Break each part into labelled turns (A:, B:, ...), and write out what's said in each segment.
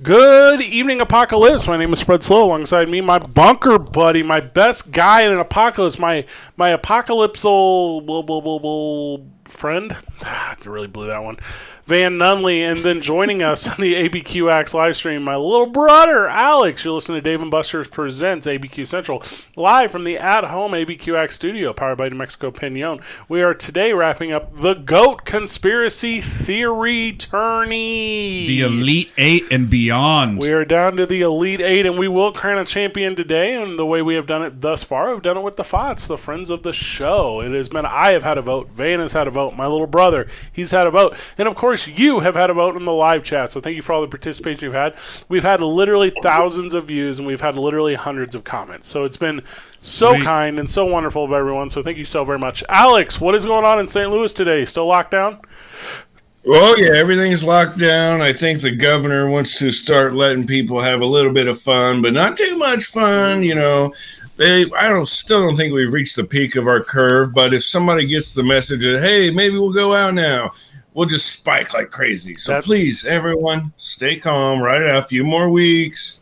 A: Good evening, Apocalypse. My name is Fred Slow. Alongside me, my bunker buddy, my best guy in an apocalypse, my my apocalypsal blah, blah, blah, blah, friend. I really blew that one. Van Nunley, and then joining us on the ABQ Axe live stream, my little brother Alex. You're listening to Dave and Buster's presents ABQ Central live from the at-home ABQ Axe studio, powered by New Mexico Pinon. We are today wrapping up the Goat Conspiracy Theory Tourney.
B: The Elite Eight and beyond.
A: We are down to the Elite Eight, and we will crown a champion today. And the way we have done it thus far, I've done it with the Fots, the friends of the show. It has been I have had a vote, Van has had a vote, my little brother, he's had a vote, and of course you have had a vote in the live chat. So thank you for all the participation you've had. We've had literally thousands of views, and we've had literally hundreds of comments. So it's been so
B: Sweet.
A: kind and so wonderful of everyone. So thank you so very much, Alex. What is going on in St. Louis today? Still locked down?
C: Well, yeah, everything's locked down. I think the governor wants to start letting people have a little bit of fun, but not too much fun. You know, they. I don't still don't think we've reached the peak of our curve. But if somebody gets the message that hey, maybe we'll go out now, we'll just spike like crazy. So
A: That's-
C: please, everyone, stay calm. Right out a few more weeks.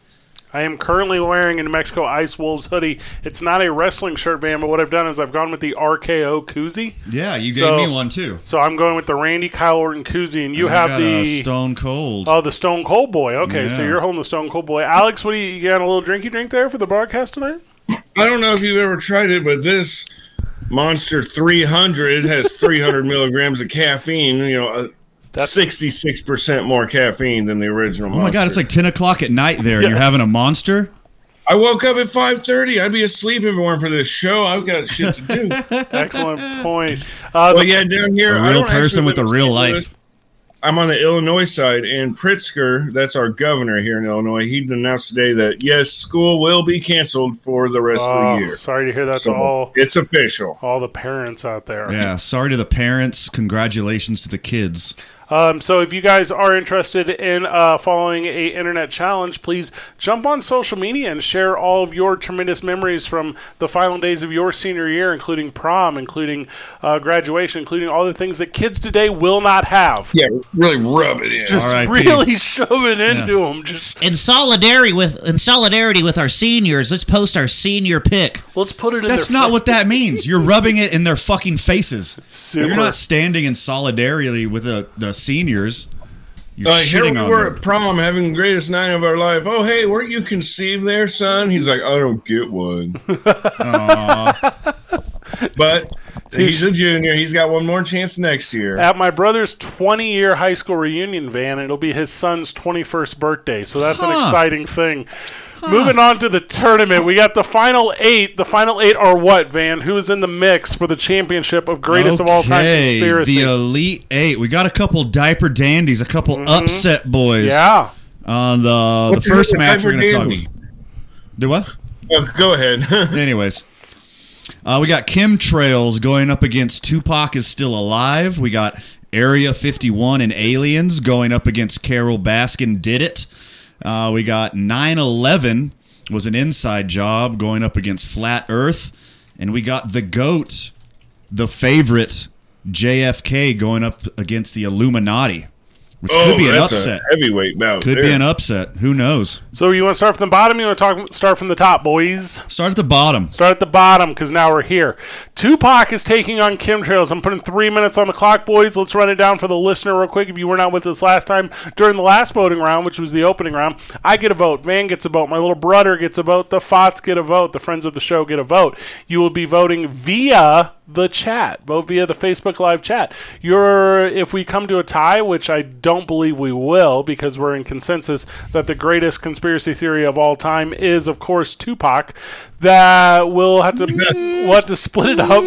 A: I am currently wearing a New Mexico Ice Wolves hoodie. It's not a wrestling shirt, Van, but what I've done is I've gone with the RKO koozie.
B: yeah, you gave
A: So-
B: me one too.
A: So I'm going with the Randy Kyle Orton koozie, and you
B: I
A: have
B: got
A: the
B: a Stone Cold.
A: oh the Stone Cold Boy. Okay, so
B: Yeah.
A: you're holding the Stone Cold Boy. Alex, what do you, you got? A little drinky drink there for the broadcast tonight?
C: I don't know if you've ever tried it, but this Monster 300 has 300 milligrams of caffeine. You know, uh,
A: That's-
C: 66% more caffeine than the original.
B: oh my God, it's like ten o'clock at night there, and you're
A: Yes.
B: having a monster.
C: I woke up at 5:30. I'd be asleep everyone for this show. I've got shit to do.
A: Excellent point. Uh,
C: but
A: the-
C: yeah, down here,
B: A
C: I
B: real
C: don't actually
B: person with
C: live
B: a
C: in
B: real
C: St.
B: life.
C: Louis. I'm on the Illinois side, and Pritzker, that's our governor here in Illinois, he announced today that yes, school will be canceled for the rest
A: oh,
C: of the year.
A: sorry to hear that
C: So
A: to all
C: it's official.
A: all the parents out there.
B: Yeah, sorry to the parents. Congratulations to the kids.
A: Um, so if you guys are interested in uh, following a internet challenge, please jump on social media and share all of your tremendous memories from the final days of your senior year, including prom, including uh, graduation, including all the things that kids today will not have.
C: Yeah, really rub it in.
A: Just
B: R.I.P..
A: really shove it into them. Just
D: in solidarity with in solidarity with our seniors, let's post our senior pick.
A: let's put it in.
B: That's
A: their
B: not
A: fr-
B: what that means. You're rubbing it in their fucking faces.
A: Super.
B: You're not standing in solidarity with the, the seniors. You're
C: Like, here
B: shitting
C: we
B: on
C: were
B: them.
C: at prom having the greatest night of our life. Oh, hey, weren't you conceived there, son? He's like, I don't get one. but he's a junior. He's got one more chance next
B: Uh,
C: year.
A: At my brother's 20 year high school reunion, Van, it'll be his son's 21st birthday. So that's an
B: Huh.
A: exciting thing. Moving on to the tournament, we got the final eight. The final eight are what, Van? Who is in the mix for the championship of greatest of all time
B: Okay,
A: conspiracy?
B: The Elite Eight. We got a couple diaper dandies, a couple upset boys.
A: Mm-hmm. yeah.
B: On the the
C: What's
B: first
C: your
B: match we're gonna
C: favorite
B: talk
C: dandy?
B: about. Do what?
C: Oh, go ahead.
B: Anyways. Uh, we got chemtrails going up against Tupac is still alive. We got Area 51 and Aliens going up against Carol Baskin did it. Uh, we got 9/11 was an inside job going up against Flat Earth, and we got the goat, the favorite JFK going up against the Illuminati, which could be an
C: Oh, that's a
B: upset.
C: heavyweight bout.
B: Could be
C: there.
B: an upset. Who knows?
A: So you want to start from the bottom? You want to talk start from the top, boys?
B: Start at the bottom.
A: Start at the bottom because now we're here. Tupac is taking on chemtrails. I'm putting three minutes on the clock, boys. Let's run it down for the listener real quick. If you were not with us last time during the last voting round, which was the opening round, I get a vote. Van gets a vote. My little brother gets a vote. The Fots get a vote. The friends of the show get a vote. You will be voting via the chat, vote via the Facebook Live chat. You're, if we come to a tie, which I don't believe we will, because we're in consensus that the greatest conspiracy theory of all time is, of course, Tupac. That we'll have to we'll have to split it up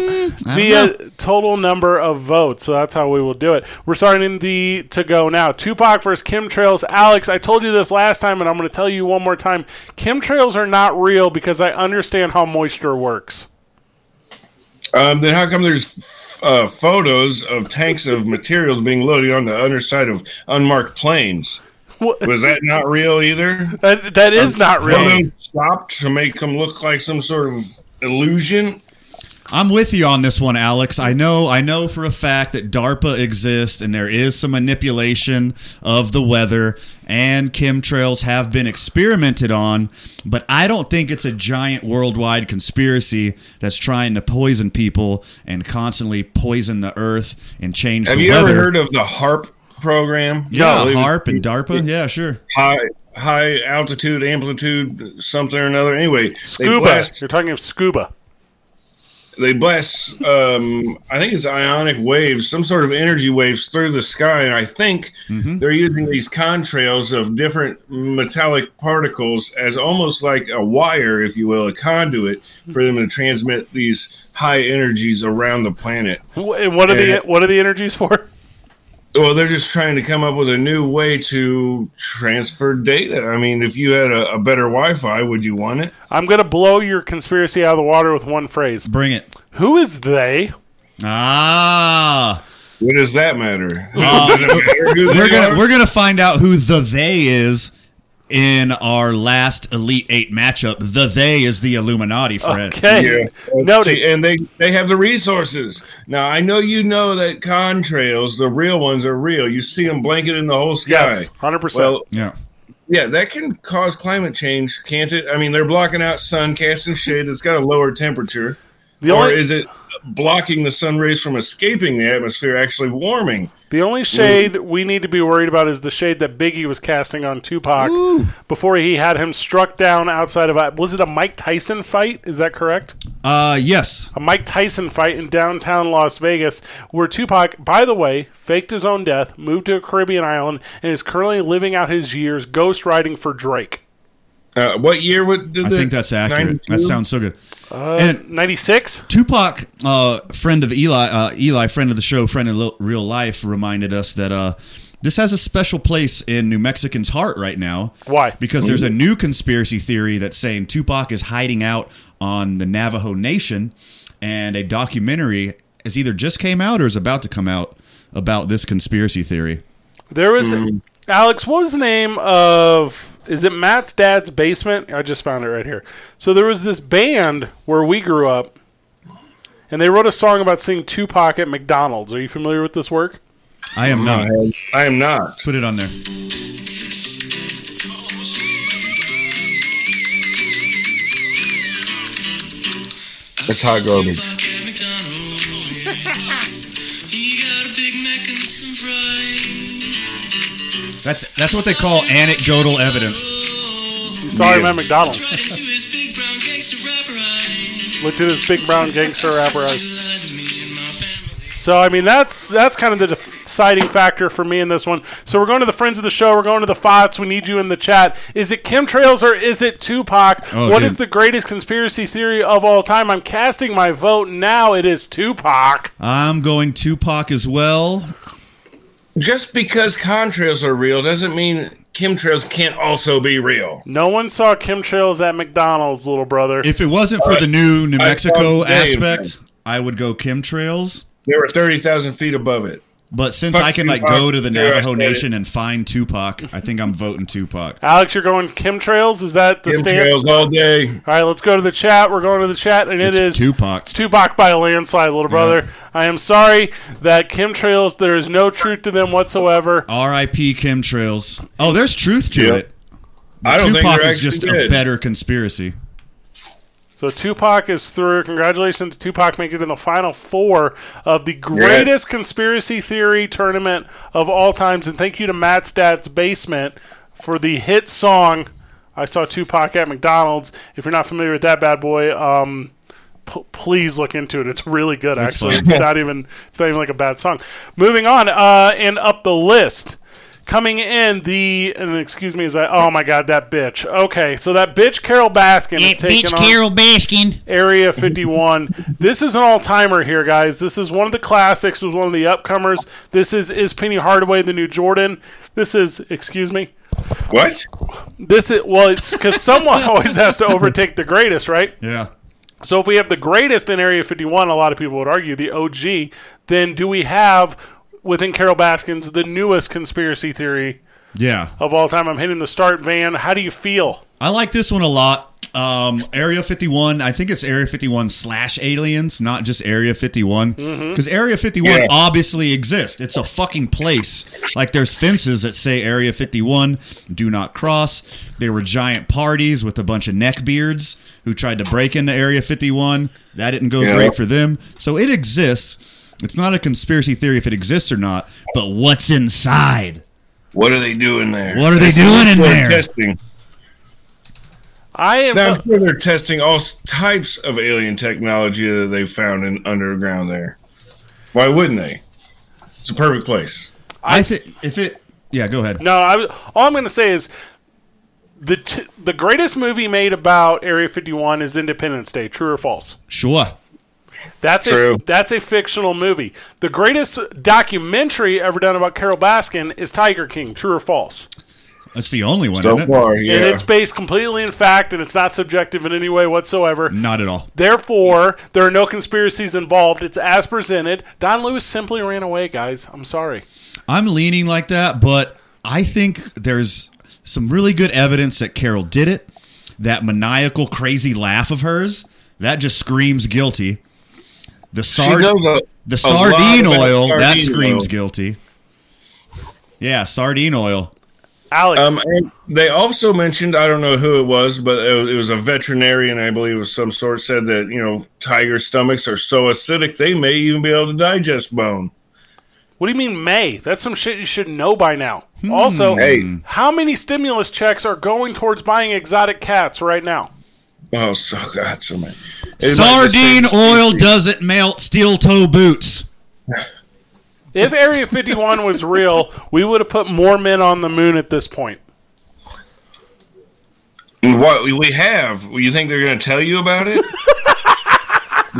A: via total number of votes. So that's how we will do it. We're starting the to go now. Tupac versus chemtrails. Alex, I told you this last time, and I'm going to tell you one more time. Chemtrails are not real because I understand how moisture works.
C: Um, then how come there's uh, photos of tanks of materials being loaded on the underside of unmarked planes?
A: What-
C: Was that not real either?
A: That, that is not real.
C: Photos stopped to make them look like some sort of illusion.
B: I'm with you on this one, Alex. I know, I know for a fact that DARPA exists and there is some manipulation of the weather, and chemtrails have been experimented on. But I don't think it's a giant worldwide conspiracy that's trying to poison people and constantly poison the earth and change
C: Have
B: the
C: you
B: weather.
C: ever heard of the HARP program?
B: yeah,
A: Yeah.
B: HARP and DARPA. Yeah, sure.
C: High high altitude, amplitude, something or another. Anyway, they
A: Scuba.
C: blast
A: You're talking of scuba.
C: they blast um, I think it's ionic waves, some sort of energy waves through the sky, and I think
B: Mm-hmm.
C: they're using these contrails of different metallic particles as almost like a wire, if you will, a conduit
B: Mm-hmm.
C: for them to transmit these high energies around the planet.
A: Wh- And what are
C: Yeah.
A: the what are the energies for?
C: Well, they're just trying to come up with a new way to transfer data. I mean, if you had a, a better Wi-Fi, would you want it?
A: I'm gonna blow your conspiracy out of the water with one phrase.
B: Bring it.
A: Who is they?
B: Ah,
C: What does that matter?
A: Uh,
C: Does it matter who
B: we're
C: they
B: gonna
C: are?
B: we're gonna find out who the they is in our last Elite Eight matchup. The they is the Illuminati, Fred.
A: Okay.
C: Yeah.
A: Noted.
C: See, and they they have the resources. Now I know you know that contrails, the real ones, are real. You see them blanketing the whole sky.
A: Yes, hundred percent.
C: Well,
B: Yeah.
C: yeah, that can cause climate change, can't it? I mean, they're blocking out sun, casting shade that's got a lower temperature,
A: The
C: or
A: only
C: is it blocking the sun rays from escaping the atmosphere, actually warming?
A: the only shade we need to be worried about is the shade that Biggie was casting on Tupac before he had him struck down outside of a was it a Mike Tyson fight? Is that correct?
B: Uh, yes.
A: a Mike Tyson fight in downtown Las Vegas, where Tupac, by the way, faked his own death, moved to a Caribbean island, and is currently living out his years ghost riding for Drake.
C: Uh, what year would did
B: I
C: the
B: think that's accurate.
C: 92?
B: That sounds so good. and
A: 96?
B: Tupac, uh, friend of Eli, uh, Eli, friend of the show, friend in lo- real life, reminded us that uh, this has a special place in New Mexicans' heart right now.
A: Why?
B: Because there's a new conspiracy theory that's saying Tupac is hiding out on the Navajo Nation, and a documentary has either just came out or is about to come out about this conspiracy theory.
A: There was. Alex, what was the name of. Is it Matt's dad's basement? I just found it right here. So there was this band where we grew up, and they wrote a song about seeing Tupac at McDonald's. Are you familiar with this work?
B: I am not.
C: I am not.
B: Put it on there.
C: It's hot garbage.
B: That's that's what they call anecdotal evidence.
A: You saw him
C: Yeah.
A: at McDonald's. Looked at his big brown gangster rapper eyes. So I mean that's that's kind of the deciding factor for me in this one. So we're going to the friends of the show. We're going to the FOTS. We need you in the chat. Is it chemtrails or is it Tupac? What
B: Oh,
A: is
B: dude.
A: the greatest conspiracy theory of all time? I'm casting my vote now. It is Tupac.
B: I'm going Tupac as well.
C: Just because contrails are real doesn't mean chemtrails can't also be real.
A: No one saw chemtrails at McDonald's, little brother.
B: If it wasn't for the new New
C: I
B: Mexico
C: love Dave.
B: aspect, I would go chemtrails.
C: They were thirty thousand feet above it.
B: But since
C: Fuck
B: I can like
C: Tupac.
B: go to the
C: Yeah, I
B: Navajo
C: said
B: Nation and find Tupac, I think I'm voting Tupac.
A: Alex, you're going chemtrails? Is that the stance?
C: Chemtrails all day.
A: All right, let's go to the chat. We're going to the chat, and it's
B: It's Tupac.
A: It's Tupac by a landslide, little brother. I am sorry that chemtrails. There is no truth to them whatsoever.
B: R.I.P. chemtrails. Oh, there's truth to
C: Yeah.
B: it.
C: I don't think
B: Tupac
C: they're
B: is
C: actually
B: just a
C: dead.
B: better conspiracy.
A: So Tupac is through. Congratulations to Tupac making it in the final four of the greatest conspiracy theory tournament of all times. And thank you to Matt Stat's Basement for the hit song. I saw Tupac at McDonald's. If you're not familiar with that bad boy, um, p- please look into it. It's really good, actually.
B: fun.
A: It's not even it's not even like a bad song. Moving on, uh, and up the list. Coming in the and excuse me is that oh my god that bitch okay so that bitch Carol Baskin is
D: That
A: taking
D: bitch
A: on
D: Carol Baskin.
A: Area 51. this is an all timer here, guys. This is one of the classics. This is one of the upcomers. This is Is Penny Hardaway the New Jordan? This is, excuse me.
C: What?
A: This is, well, it's because someone always has to overtake the greatest, right?
B: Yeah.
A: So if we have the greatest in Area 51, a lot of people would argue the OG, then do we have within Carol Baskins the newest conspiracy theory
B: Yeah.
A: of all time? I'm hitting the start van. How do you feel?
B: I like this one a lot. Um, Area 51, I think it's Area 51 slash aliens, not just Area 51. Because Area 51
C: Yeah.
B: obviously exists. It's a fucking place. Like there's fences that say Area 51, do not cross. There were giant parties with a bunch of neckbeards who tried to break into Area 51. That didn't go
C: Yeah.
B: great for them. So it exists. It's not a conspiracy theory if it exists or not, but what's inside?
C: What are they doing there?
B: What are they doing in there?
C: They're Testing.
A: I am.
C: Now, I'm sure they're testing all s- types of alien technology that they found in underground there. Why wouldn't they? It's a perfect place.
B: I think if it, yeah, go ahead.
A: No, I, was- all I'm going to say is the t- the greatest movie made about Area 51 is Independence Day. True or false?
B: Sure.
A: That's
C: True.
A: A, that's a fictional movie. The greatest documentary ever done about Carol Baskin is Tiger King. True or false?
B: That's the only one,
C: So
B: isn't it?
C: far, yeah.
A: And it's based completely in fact, and it's not subjective in any way whatsoever.
B: Not at all.
A: Therefore, there are no conspiracies involved. It's as presented. Don Lewis simply ran away, guys. I'm sorry.
B: I'm leaning like that, but I think there's some really good evidence that Carol did it. That maniacal, crazy laugh of hers that just screams guilty. The
C: She
B: sard,
C: knows a-
B: the
C: a
B: sardine
C: lot about
B: oil that
C: sardine
B: screams
C: oil.
B: guilty. Yeah, sardine oil.
A: Alex,
C: Um, and they also mentioned I don't know who it was, but it it was a veterinarian, I believe, of some sort, said that you know tiger stomachs are so acidic they may even be able to digest bone.
A: what do you mean May? That's some shit you should know by now.
B: Hmm.
A: Also,
C: Hey.
A: how many stimulus checks are going towards buying exotic cats right now?
C: Oh, so God, so many. It might be
B: Sardine
C: the same
B: oil
C: species.
B: doesn't melt steel toe boots.
A: If Area 51 was real, we would have put more men on the moon at this point.
C: What we have? You think they're going to tell you about it?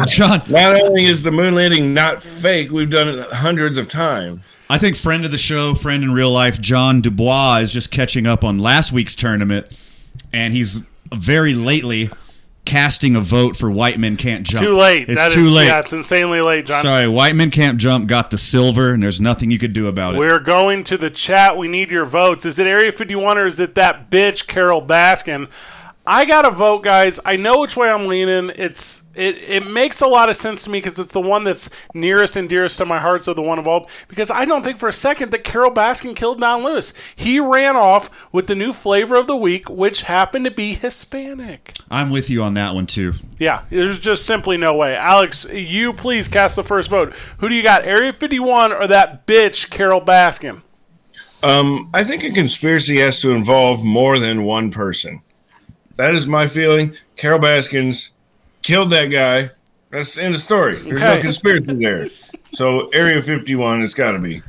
B: John,
C: not only is the moon landing not fake, we've done it hundreds of times.
B: I think friend of the show, friend in real life, John Dubois is just catching up on last week's tournament, and he's very lately casting a vote for White Men Can't Jump.
A: Too late.
B: It's
A: That is-
B: too late.
A: Yeah, it's insanely late, John.
B: Sorry, White Men Can't Jump got the silver, and there's nothing you could do about it.
A: We're going to the chat. We need your votes. Is it Area 51 or is it that bitch Carol Baskin? I got to vote, guys. I know which way I'm leaning. It's it, it makes a lot of sense to me because it's the one that's nearest and dearest to my heart, so the one involved. Because I don't think for a second that Carol Baskin killed Don Lewis. He ran off with the new flavor of the week, which happened to be Hispanic.
B: I'm with you on that one too.
A: Yeah, there's just simply no way. Alex, you please cast the first vote. Who do you got, Area 51 or that bitch Carol Baskin?
C: Um, I think a conspiracy has to involve more than one person. That is my feeling. Carol Baskins killed that guy. That's the end of story. There's
A: Okay.
C: no conspiracy there. So Area 51, it's got to be.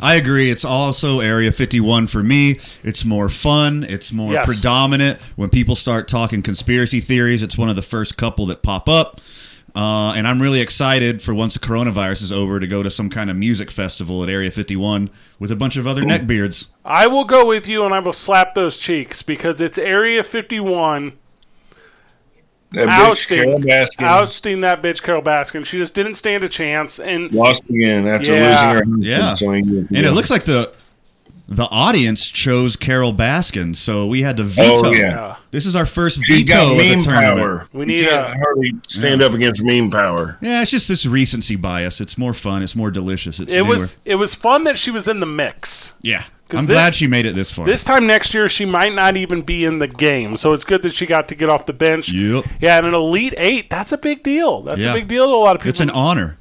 B: I agree. It's also Area 51 for me. It's more fun. It's more
A: Yes.
B: predominant. When people start talking conspiracy theories, it's one of the first couple that pop up. Uh, and I'm really excited for once the coronavirus is over to go to some kind of music festival at Area 51 with a bunch of other neckbeards.
A: I will go with you and I will slap those cheeks because it's Area 51
C: That bitch
A: ousting,
C: Carol Baskins
A: ousting that bitch Carol Baskin. She just didn't stand a chance. And
C: lost again after
A: Yeah.
C: losing her husband.
B: Yeah.
C: so many years
B: And it
C: ago.
B: looks like the the audience chose Carol Baskin, so we had to veto.
C: Oh, yeah.
B: This is our first
C: She's
B: veto
C: got
B: of the
C: meme
B: tournament.
C: power.
A: We
C: We
A: need
C: need
A: a-
C: hardly stand up against meme power.
B: Yeah, it's just this recency bias. It's more fun. It's more delicious. It's
A: it
B: newer.
A: was it was fun that she was in the mix.
B: Yeah.
A: 'Cause
B: I'm
A: thi-
B: glad she made it this far.
A: This time next year, she might not even be in the game. So it's good that she got to get off the bench.
B: Yep.
A: Yeah, and an Elite Eight, that's a big deal. That's a
B: Yeah.
A: big deal to a lot of people.
B: it's an honor.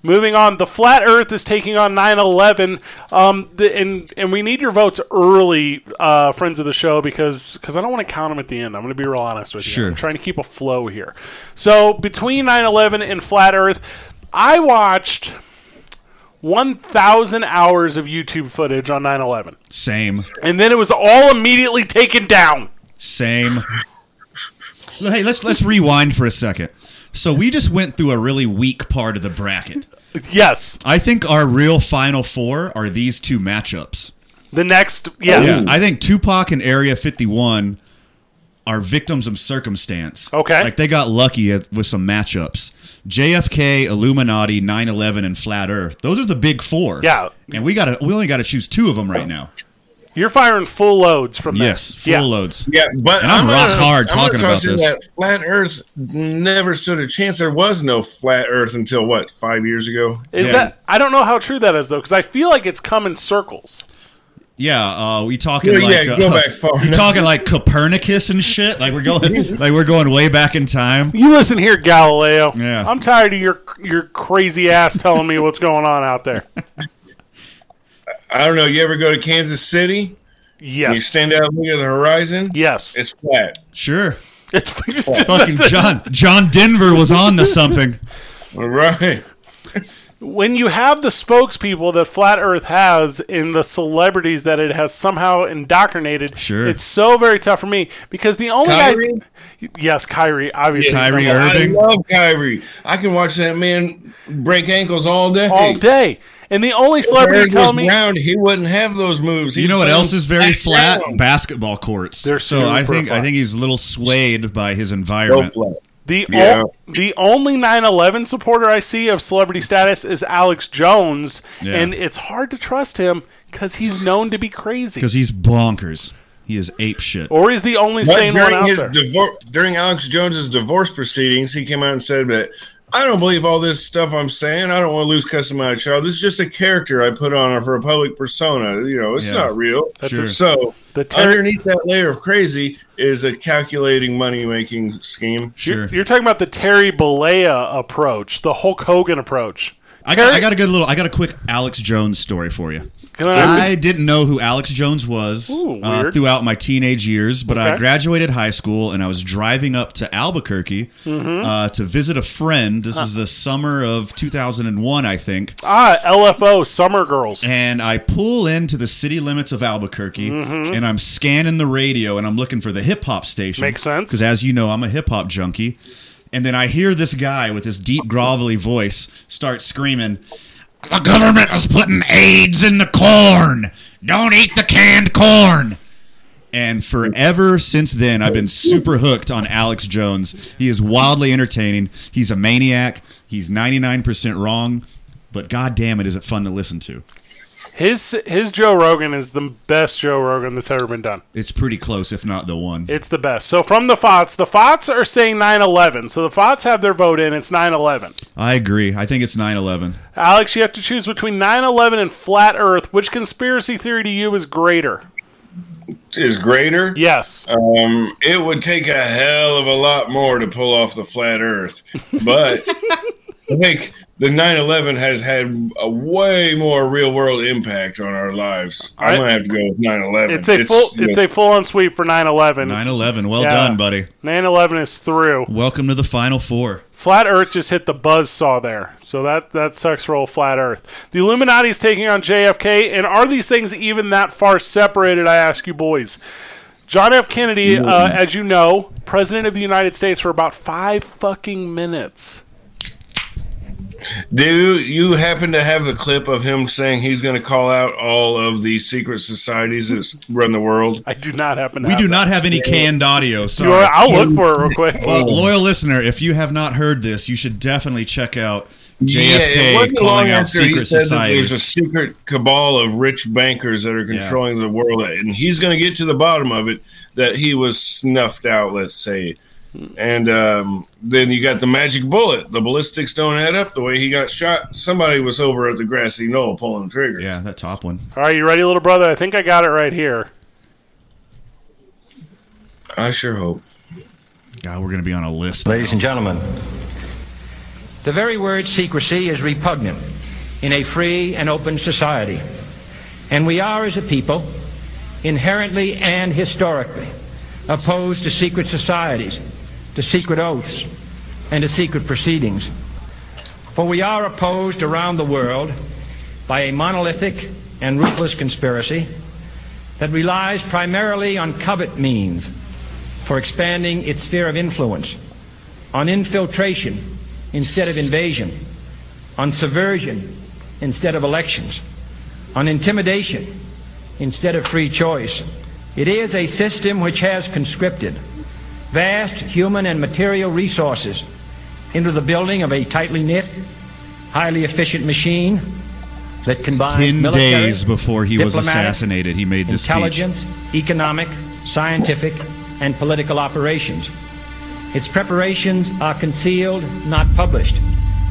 A: Moving on, the flat Earth is taking on 9/11, um, the, and and we need your votes early, uh, friends of the show, because because I don't want to count them at the end. I'm going to be real honest with you.
B: Sure.
A: I'm trying to keep a flow here. So between 9/11 and flat Earth, I watched 1,000 hours of YouTube footage on 9/11,
B: Same.
A: and then it was all immediately taken down.
B: Same. hey, let's let's rewind for a second. So we just went through a really weak part of the bracket.
A: Yes,
B: I think our real final four are these two matchups.
A: the next yes.
B: Yeah, I think Tupac and Area 51 are victims of circumstance.
A: Okay.
B: Like they got lucky at, with some matchups. JFK, Illuminati, 9/11 and Flat Earth. Those are the big 4.
A: Yeah.
B: And we got to we only got to choose two of them right now.
A: You're firing full loads from that.
B: Yes, full
A: Yeah.
B: loads.
C: Yeah, but
B: And I'm rock hard
C: gonna
B: talking about
C: toss in
B: this.
C: That flat Earth never stood a chance. There was no flat Earth until what five years ago.
A: Is
B: Yeah.
A: that I don't know how true that is though, because I feel like it's come in circles.
B: Yeah, uh, we talking
C: Yeah,
B: like
C: yeah,
B: uh,
C: go back far
B: we
C: enough.
B: talking like Copernicus and shit. Like we're going like we're going way back in time.
A: You listen here, Galileo.
B: Yeah.
A: I'm tired of your your crazy ass telling me what's going on out there.
C: I don't know. You ever go to Kansas City? You
A: Yes.
C: stand out and look at the horizon.
A: Yes.
C: It's flat.
B: Sure.
A: It's, it's just-
B: Fucking John John Denver was on to something.
C: All right.
A: when you have the spokespeople that Flat Earth has in the celebrities that it has somehow indoctrinated,
B: Sure.
A: it's so very tough for me because the only
C: Kyrie?
A: guy, yes, Kyrie, obviously,
B: Kyrie
A: Number one.
B: Irving.
C: I love Kyrie. I can watch that man break ankles all day.
A: all day, and the only celebrity
C: Bird was
A: telling me
C: round, he wouldn't have those moves.
B: You
C: He'd
B: know what
C: play
B: else is very flat?
C: down.
B: Basketball courts.
A: They're
B: so I
A: super
B: think
A: flat.
B: I think he's a little swayed by his
C: so
B: environment.
C: flat.
A: The
C: Yeah.
A: o- the only 9/11 supporter I see of celebrity status is Alex Jones,
B: Yeah.
A: and it's hard to trust him because he's known to be crazy,
B: Because he's bonkers. He is ape shit.
A: or he's the only
C: But
A: sane one
C: during
A: out
C: his
A: there.
C: divor- during Alex Jones's divorce proceedings, he came out and said that I don't believe all this stuff I'm saying. I don't want to lose custody of my child. This is just a character I put on for a public persona. You know, it's
B: Yeah.
C: not real.
B: Sure.
C: So
A: The ter-
C: underneath that layer of crazy is a calculating money making scheme.
B: Sure.
A: You're talking about the Terry Bollea approach, the Hulk Hogan approach.
B: I got, I got a good little. I got a quick Alex Jones story for you.
A: Can I-
B: I didn't know who Alex Jones was
A: Ooh,
B: uh,
A: weird.
B: throughout my teenage years, but I
A: Okay.
B: graduated high school and I was driving up to Albuquerque
A: Mm-hmm.
B: uh, to visit a friend. This is the summer of 2001, I think.
A: Ah, LFO Summer Girls.
B: And I pull into the city limits of Albuquerque
A: Mm-hmm.
B: and I'm scanning the radio and I'm looking for the hip hop station.
A: Makes sense.
B: Because as you know, I'm a hip hop junkie. And then I hear this guy with his deep, grovelly voice start screaming, The government is putting AIDS in the corn. Don't eat the canned corn. And forever since then, I've been super hooked on Alex Jones. He is wildly entertaining. He's a maniac. He's 99% wrong. But god damn it, is it fun to listen to.
A: His his Joe Rogan is the best Joe Rogan that's ever been done.
B: It's pretty close, if not the one.
A: It's the best. So from the Fots, the Fots are saying 9/11. So the Fots have their vote in. It's 9/11.
B: I agree. I think it's 9 11.
A: Alex, you have to choose between 9 11 and flat Earth. Which conspiracy theory to you is greater?
C: Is greater.
A: Yes.
C: Um, it would take a hell of a lot more to pull off the flat Earth, but I think the 9/11 has had a way more real world impact on our lives. I'm
A: I-
C: gonna have to go with 9/11.
A: it's a full
C: you
A: it's
C: know,
A: a full on sweep for 9 11.
B: 9 11. Well
A: Yeah.
B: done, buddy.
A: 9 11 is through.
B: Welcome to the final four.
A: Flat Earth just hit the buzz saw there. So that that sucks for old Flat Earth. The Illuminati is taking on JFK and are these things even that far separated I ask you boys. John F Kennedy, uh, as you know, president of the United States for about 5 fucking minutes.
C: do you happen to have the clip of him saying he's going to call out all of the secret societies that run the world?
A: I do not happen to
B: We
A: have
B: do
A: that.
B: not have any canned audio.
A: You are-
B: Sorry.
A: I'll look for it real quick.
B: But loyal listener, if you have not heard this, you should definitely check out JFK calling out secret
C: there's a
B: societies.
C: secret cabal of rich bankers that are controlling the world, and he's going to get to the bottom of it. That he was snuffed out, let's say. And um, then you got the magic bullet. The ballistics don't add up. The way he got shot, somebody was over at the grassy knoll pulling the trigger.
B: Yeah, that top one.
A: All right, you ready, little brother? I think I got it right here.
C: I sure hope.
B: God, we're going to be on a list.
E: Ladies and gentlemen, the very word secrecy is repugnant in a free and open society. And we are, as a people, inherently and historically opposed to secret societies, to secret oaths, and to secret proceedings. For we are opposed around the world by a monolithic and ruthless conspiracy that relies primarily on covert means for expanding its sphere of influence, on infiltration instead of invasion, on subversion instead of elections, on intimidation instead of free choice. It is a system which has conscripted vast human and material resources into the building of a tightly knit, highly efficient machine that combines
B: Ten
E: uh, military,
B: days before he was
E: diplomatic,
B: assassinated, he made this speech.
E: intelligence, economic, scientific, and political operations. Its preparations are concealed, not published.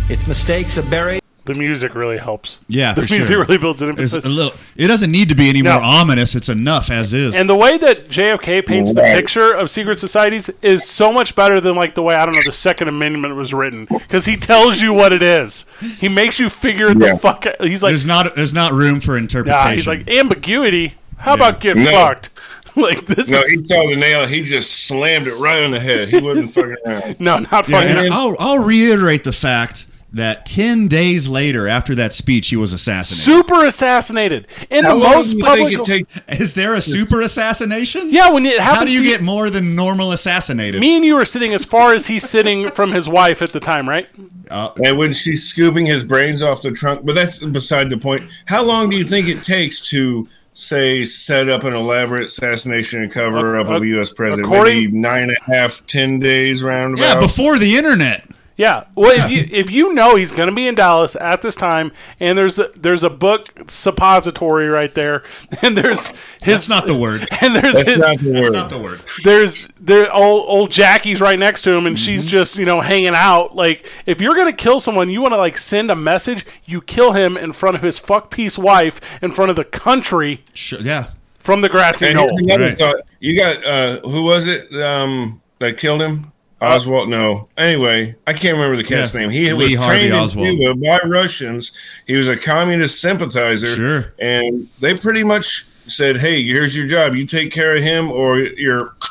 E: Its mistakes are buried.
A: The music really helps.
B: Yeah,
A: the
B: for
A: music
B: sure.
A: really builds an
B: It's
A: emphasis.
B: a little. It doesn't need to be any
A: No.
B: more ominous. It's enough as is.
A: And the way that JFK paints the
C: Right.
A: picture of secret societies is so much better than like the way I don't know the Second Amendment was written because he tells you what it is. He makes you figure it
C: Yeah.
A: the fuck. Out. He's like,
B: there's not. There's not room for interpretation.
A: nah, he's like ambiguity. How about get
C: No.
A: fucked? Like this
C: No,
A: is
C: he saw the nail. He just slammed it right on the head. He wasn't fucking around.
A: no, not fucking.
B: Yeah, and I'll, I'll reiterate the fact that 10 days later, after that speech, he was assassinated.
A: Super assassinated in the
C: How long do
A: most
C: you
A: public.
C: think it take?
B: Is there a super assassination?
A: yeah, when it happens,
B: How do you
A: to
B: get more than normal assassinated?
A: Me and you are sitting as far as he's sitting from his wife at the time, right?
C: And when she's scooping his brains off the trunk, but that's beside the point. How long do you think it takes to say set up an elaborate assassination and cover up of a U.S. president?
A: according-
C: Maybe nine and a half, ten days roundabout.
B: yeah, before the internet.
A: Yeah. Well, if you if you know he's going to be in Dallas at this time, and there's a, there's a book suppository right there, and there's his
B: That's not the word.
A: and there's
C: that's
A: his,
C: not the
B: That's
C: word.
B: not the word.
A: there's there old old Jackie's right next to him, and she's
C: Mm-hmm.
A: just you know hanging out. Like if you're going to kill someone, you want to like send a message. You kill him in front of his fuck piece wife, in front of the country
B: Sure, yeah.
A: from the grassy
C: and here's
A: knoll.
C: another
B: Right.
C: thought. You got uh, who was it um, that killed him? Oswald? No. Anyway, I can't remember the cat's
B: Yeah.
C: name. He
B: Lee
C: was
B: Harvey
C: trained
B: Oswald.
C: in Cuba by Russians. He was a communist sympathizer,
B: Sure.
C: and they pretty much said, "Hey, here's your job. You take care of him, or you're."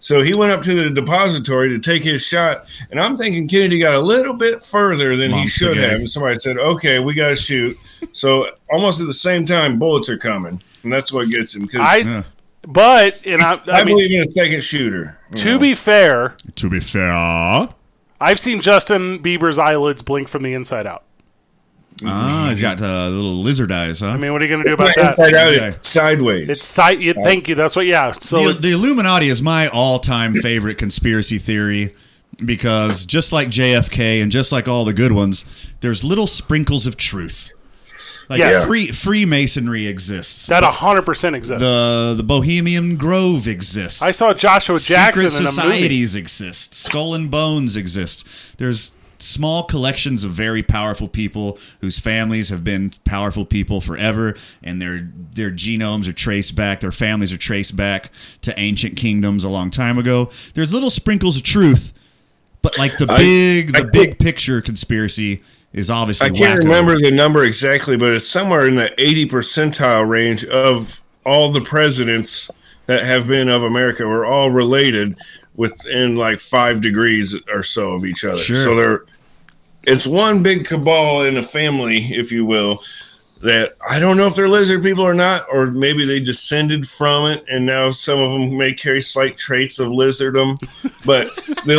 C: So he went up to the depository to take his shot, and I'm thinking Kennedy got a little bit further than he
B: Mom's
C: should
B: spaghetti.
C: have. And somebody said, "Okay, we got to shoot." So almost at the same time, bullets are coming, and that's what gets him. 'cause-
A: I
B: Yeah.
A: but and I, I,
C: I,
A: mean
C: believe in a second shooter.
A: to be fair,
B: To be fair, ah,
A: I've seen Justin Bieber's eyelids blink from the inside out. Mm-hmm.
B: he's got uh, little lizard eyes, huh?
A: I mean, what are you going to do about
C: Not
A: that?
C: inside out,
B: Okay.
C: it's sideways.
A: It's site. Yeah, thank you. That's what. Yeah. So
B: the,
A: it's-
B: the Illuminati is my all-time favorite conspiracy theory because just like JFK and just like all the good ones, there's little sprinkles of truth. Like
A: Yeah.
B: free Freemasonry exists.
A: that hundred percent exists.
B: the the Bohemian Grove exists.
A: I saw Joshua Jackson
B: Secret
A: in a movie.
B: societies exist. Skull and bones exist. There's small collections of very powerful people whose families have been powerful people forever, and their their genomes are traced back. Their families are traced back to ancient kingdoms a long time ago. There's little sprinkles of truth, but like the big the
C: I-
B: big picture conspiracy is obviously.
C: I can't
B: wacko.
C: remember the number exactly, but it's somewhere in the 80 percentile range of all the presidents that have been of America were all related within like five degrees or so of each other.
B: Sure.
C: So they're it's one big cabal in a family, if you will. That I don't know if they're lizard people or not, or maybe they descended from it, and now some of them may carry slight traits of lizardom. But the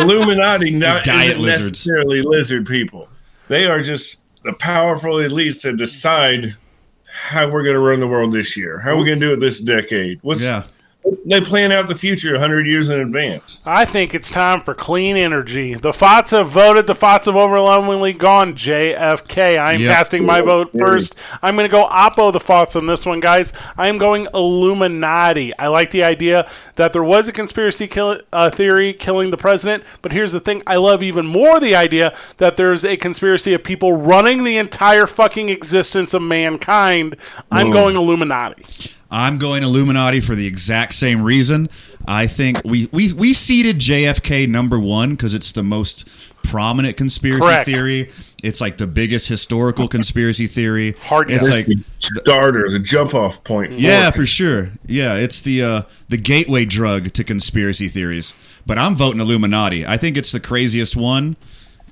C: Illuminati not
B: diet
C: isn't
B: lizards.
C: necessarily lizard people. They are just the powerful elites that decide how we're going to run the world this year, how we're going to do it this decade. What's
B: Yeah.
C: they plan out the future 100 years in advance?
A: I think it's time for clean energy. The Fots have voted. The Fots have overwhelmingly gone JFK. I am
B: Yep.
A: casting my vote first. I'm going to go oppo the Fots on this one, guys. I am going Illuminati. I like the idea that there was a conspiracy kill, uh, theory killing the president, but here's the thing. I love even more the idea that there's a conspiracy of people running the entire fucking existence of mankind. I'm going Illuminati.
B: I'm going Illuminati for the exact same reason. I think we we, we seeded JFK number one because it's the most prominent conspiracy
A: Correct.
B: theory. It's like the biggest historical conspiracy theory.
A: Hard
B: It's
A: guess.
B: like
C: Starter, the jump off point. for
B: yeah,
C: it.
B: for sure. Yeah, it's the uh, the gateway drug to conspiracy theories. But I'm voting Illuminati. I think it's the craziest one,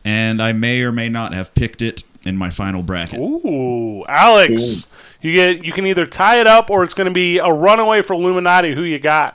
B: and I may or may not have picked it in my final bracket.
A: Ooh, Alex, you get you can either tie it up or it's going to be a runaway for Illuminati. Who you got?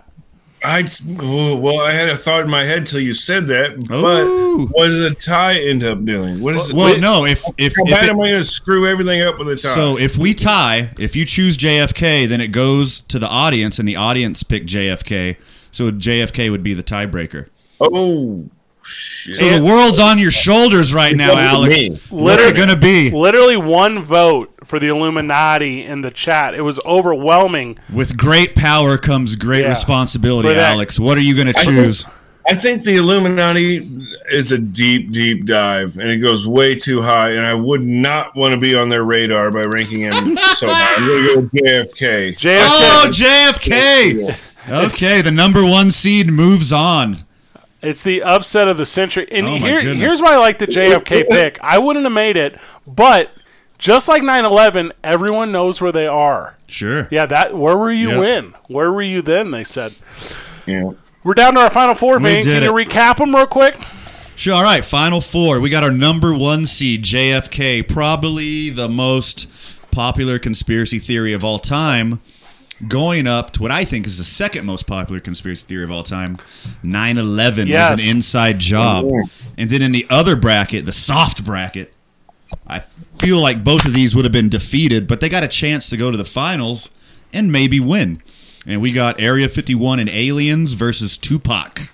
C: I oh, well, I had a thought in my head till you said that,
B: Ooh.
C: but what does a tie end up doing? What is
B: Well,
C: it?
B: no, if if,
C: How
B: if
C: bad
B: it-
C: am I going to screw everything up with a tie?
B: So if we tie, if you choose JFK, then it goes to the audience, and the audience pick JFK. So JFK would be the tiebreaker.
C: oh shit!
B: So the world's on your shoulders right now,
C: up to
B: Alex.
C: me.
B: What's it
A: Literally.
B: gonna be?
A: Literally one vote for the Illuminati in the chat. It was overwhelming.
B: With great power comes great
A: Yeah.
B: responsibility,
A: For that-
B: Alex. What are you going to
C: I-
B: choose?
C: I think the Illuminati is a deep, deep dive, and it goes way too high. And I would not want to be on their radar by ranking him so high. I'm going to go JFK.
A: JFK.
B: Oh, JFK. Okay, the number one seed moves on.
A: It's the upset of the century. And
B: Oh, my
A: here,
B: goodness.
A: here's why I like the JFK pick. I wouldn't have made it, but just like 9 11, everyone knows where they are.
B: Sure.
A: Yeah, that. Where were you
B: Yeah.
A: when? Where were you then? They said.
C: Yeah.
A: We're down to our final four, man. Can
B: did
A: you
B: it.
A: recap them real quick?
B: Sure. All right. Final four. We got our number one seed, JFK, probably the most popular conspiracy theory of all time, going up to what I think is the second most popular conspiracy theory of all time 9 11
A: Yes.
B: was an inside job.
C: Yeah.
B: And then in the other bracket, the soft bracket, I feel like both of these would have been defeated, but they got a chance to go to the finals and maybe win. And we got Area 51 and Aliens versus Tupac.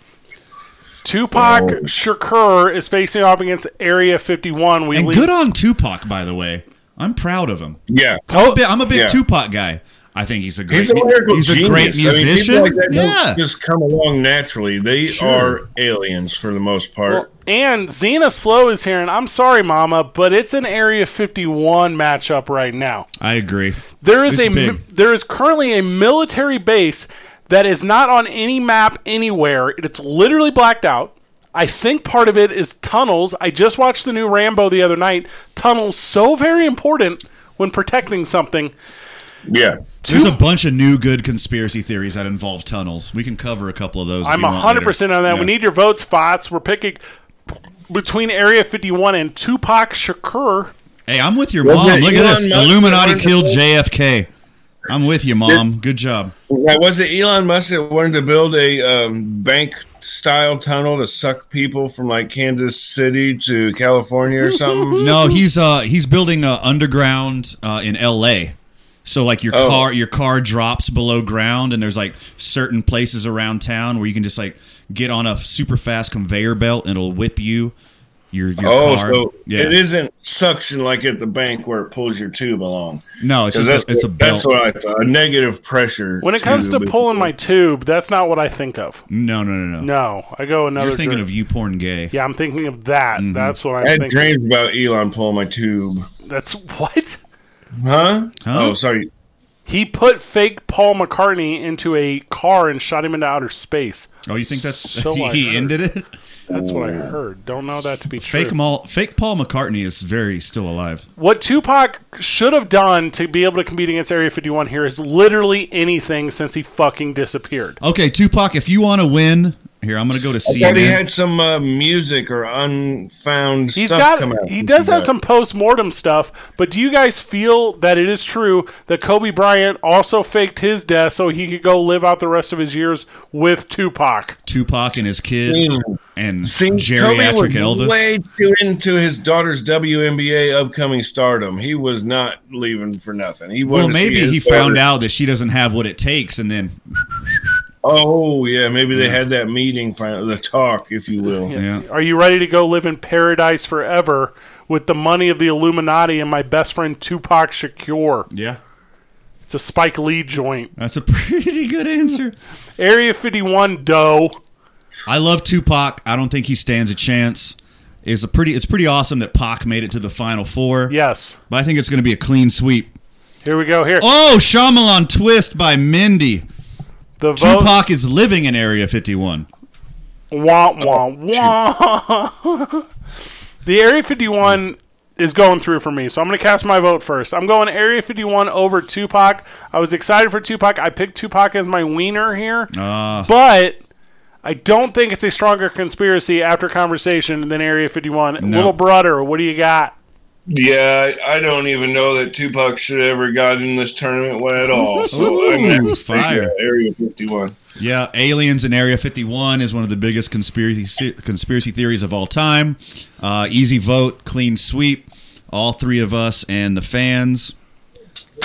A: Tupac
C: Oh.
A: Shakur is facing off against Area 51. We
B: And
A: leave.
B: good on Tupac, by the way. I'm proud of him.
C: Yeah.
B: I'm a big, I'm a big
C: Oh, Yeah.
B: Tupac guy. I think he's a great.
C: He's a lyrical
B: he's
C: genius.
B: a great musician.
C: I mean, people like that
B: yeah.
C: don't just come along naturally. They
B: Sure.
C: are aliens for the most part.
A: Well, and Xena Slow is here, and I'm sorry, Mama, but it's an Area 51 matchup right now.
B: I agree.
A: There is
B: This
A: a
B: is
A: mi-
B: big.
A: there is currently a military base that is not on any map anywhere. It's literally blacked out. I think part of it is tunnels. I just watched the new Rambo the other night. Tunnels so very important when protecting something.
C: yeah.
B: There's a bunch of new good conspiracy theories that involve tunnels. We can cover a couple of those. if
A: I'm
B: you want
A: 100 percent
B: later.
A: on that.
B: Yeah.
A: We need your votes, Fots. We're picking between Area 51 and Tupac Shakur.
B: Hey, I'm with your
C: Wasn't
B: mom.
C: it
B: Look at
C: Elon
B: this.
C: Musk
B: Illuminati
C: wanted to
B: killed
C: build-
B: JFK. I'm with you, mom. Good job.
C: Now, was it Elon Musk that wanted to build a um, bank style tunnel to suck people from like Kansas City to California or something?
B: No, he's uh he's building uh, underground uh, in L.A. So like your
C: Oh.
B: car your car drops below ground and there's like certain places around town where you can just like get on a super fast conveyor belt and it'll whip you your your
C: Oh,
B: car.
C: so
B: yeah.
C: it isn't suction like at the bank where it pulls your tube along.
B: No, it's
C: 'Cause
B: just a, it's a
C: what-
B: belt.
C: that's what I thought. A negative pressure.
A: When it comes to
C: tube.
A: pulling my tube, that's not what I think of.
B: No, no, no, no.
A: No, I go another.
B: You're thinking
A: dir-
B: of Mm-hmm. you porn gay.
A: Yeah, I'm thinking of that. That's what I'm
C: I had
A: thinking.
C: dreams about Elon pulling my tube.
A: That's what
C: Huh?
B: Huh?
C: Oh, sorry.
A: he put fake Paul McCartney into a car and shot him into outer space.
B: Oh, you think that's
A: So I
B: he
A: heard.
B: ended it?
A: That's what I heard. Don't know that to be true.
B: Fake Mal, fake Paul McCartney is very still alive.
A: what Tupac should have done to be able to compete against Area 51 here is literally anything since he fucking disappeared.
B: Okay, Tupac, if you want to win, here I'm going to go to
C: I thought he
B: CNN.
C: had some uh, music or unfound
A: He's
C: stuff
A: got
C: come out.
A: he does have some post mortem stuff, but do you guys feel that it is true that Kobe Bryant also faked his death so he could go live out the rest of his years with Tupac?
B: Tupac and his kid and
C: See,
B: geriatric
C: Kobe was
B: Elvis.
C: way too into his daughter's WNBA upcoming stardom. He was not leaving for nothing. He
B: well,
C: wanted to see
B: maybe
C: his
B: he found
C: daughter-
B: out that she doesn't have what it takes, and then
C: Oh yeah, maybe they had that meeting, final- the talk, if you will.
B: yeah,
A: Are you ready to go live in paradise forever with the money of the Illuminati and my best friend Tupac Shakur?
B: yeah,
A: It's a Spike Lee joint.
B: that's a pretty good answer.
A: Area 51 dough.
B: I love Tupac. I don't think he stands a chance. It's a pretty. It's pretty awesome that Pac made it to the final four.
A: Yes.
B: but I think it's going to be a clean sweep.
A: Here we go. Here.
B: Oh, Shyamalan twist by Mindy.
A: the vote.
B: Tupac is living in Area 51.
A: Wah, wah, wah. Oh, the Area 51 is going through for me, so I'm going to cast my vote first. I'm going Area 51 over Tupac. I was excited for Tupac. I picked Tupac as my wiener here, but I don't think it's a stronger conspiracy after conversation than Area 51. Little brother, what do you got?
C: Yeah, I, I don't even know that Tupac should have ever got in this tournament at all. So I'm
B: Ooh,
C: gonna have to take,
B: fire.
C: uh, Area 51.
B: Yeah, aliens in Area 51 is one of the biggest conspiracy conspiracy theories of all time. Uh, easy vote, clean sweep. All three of us and the fans.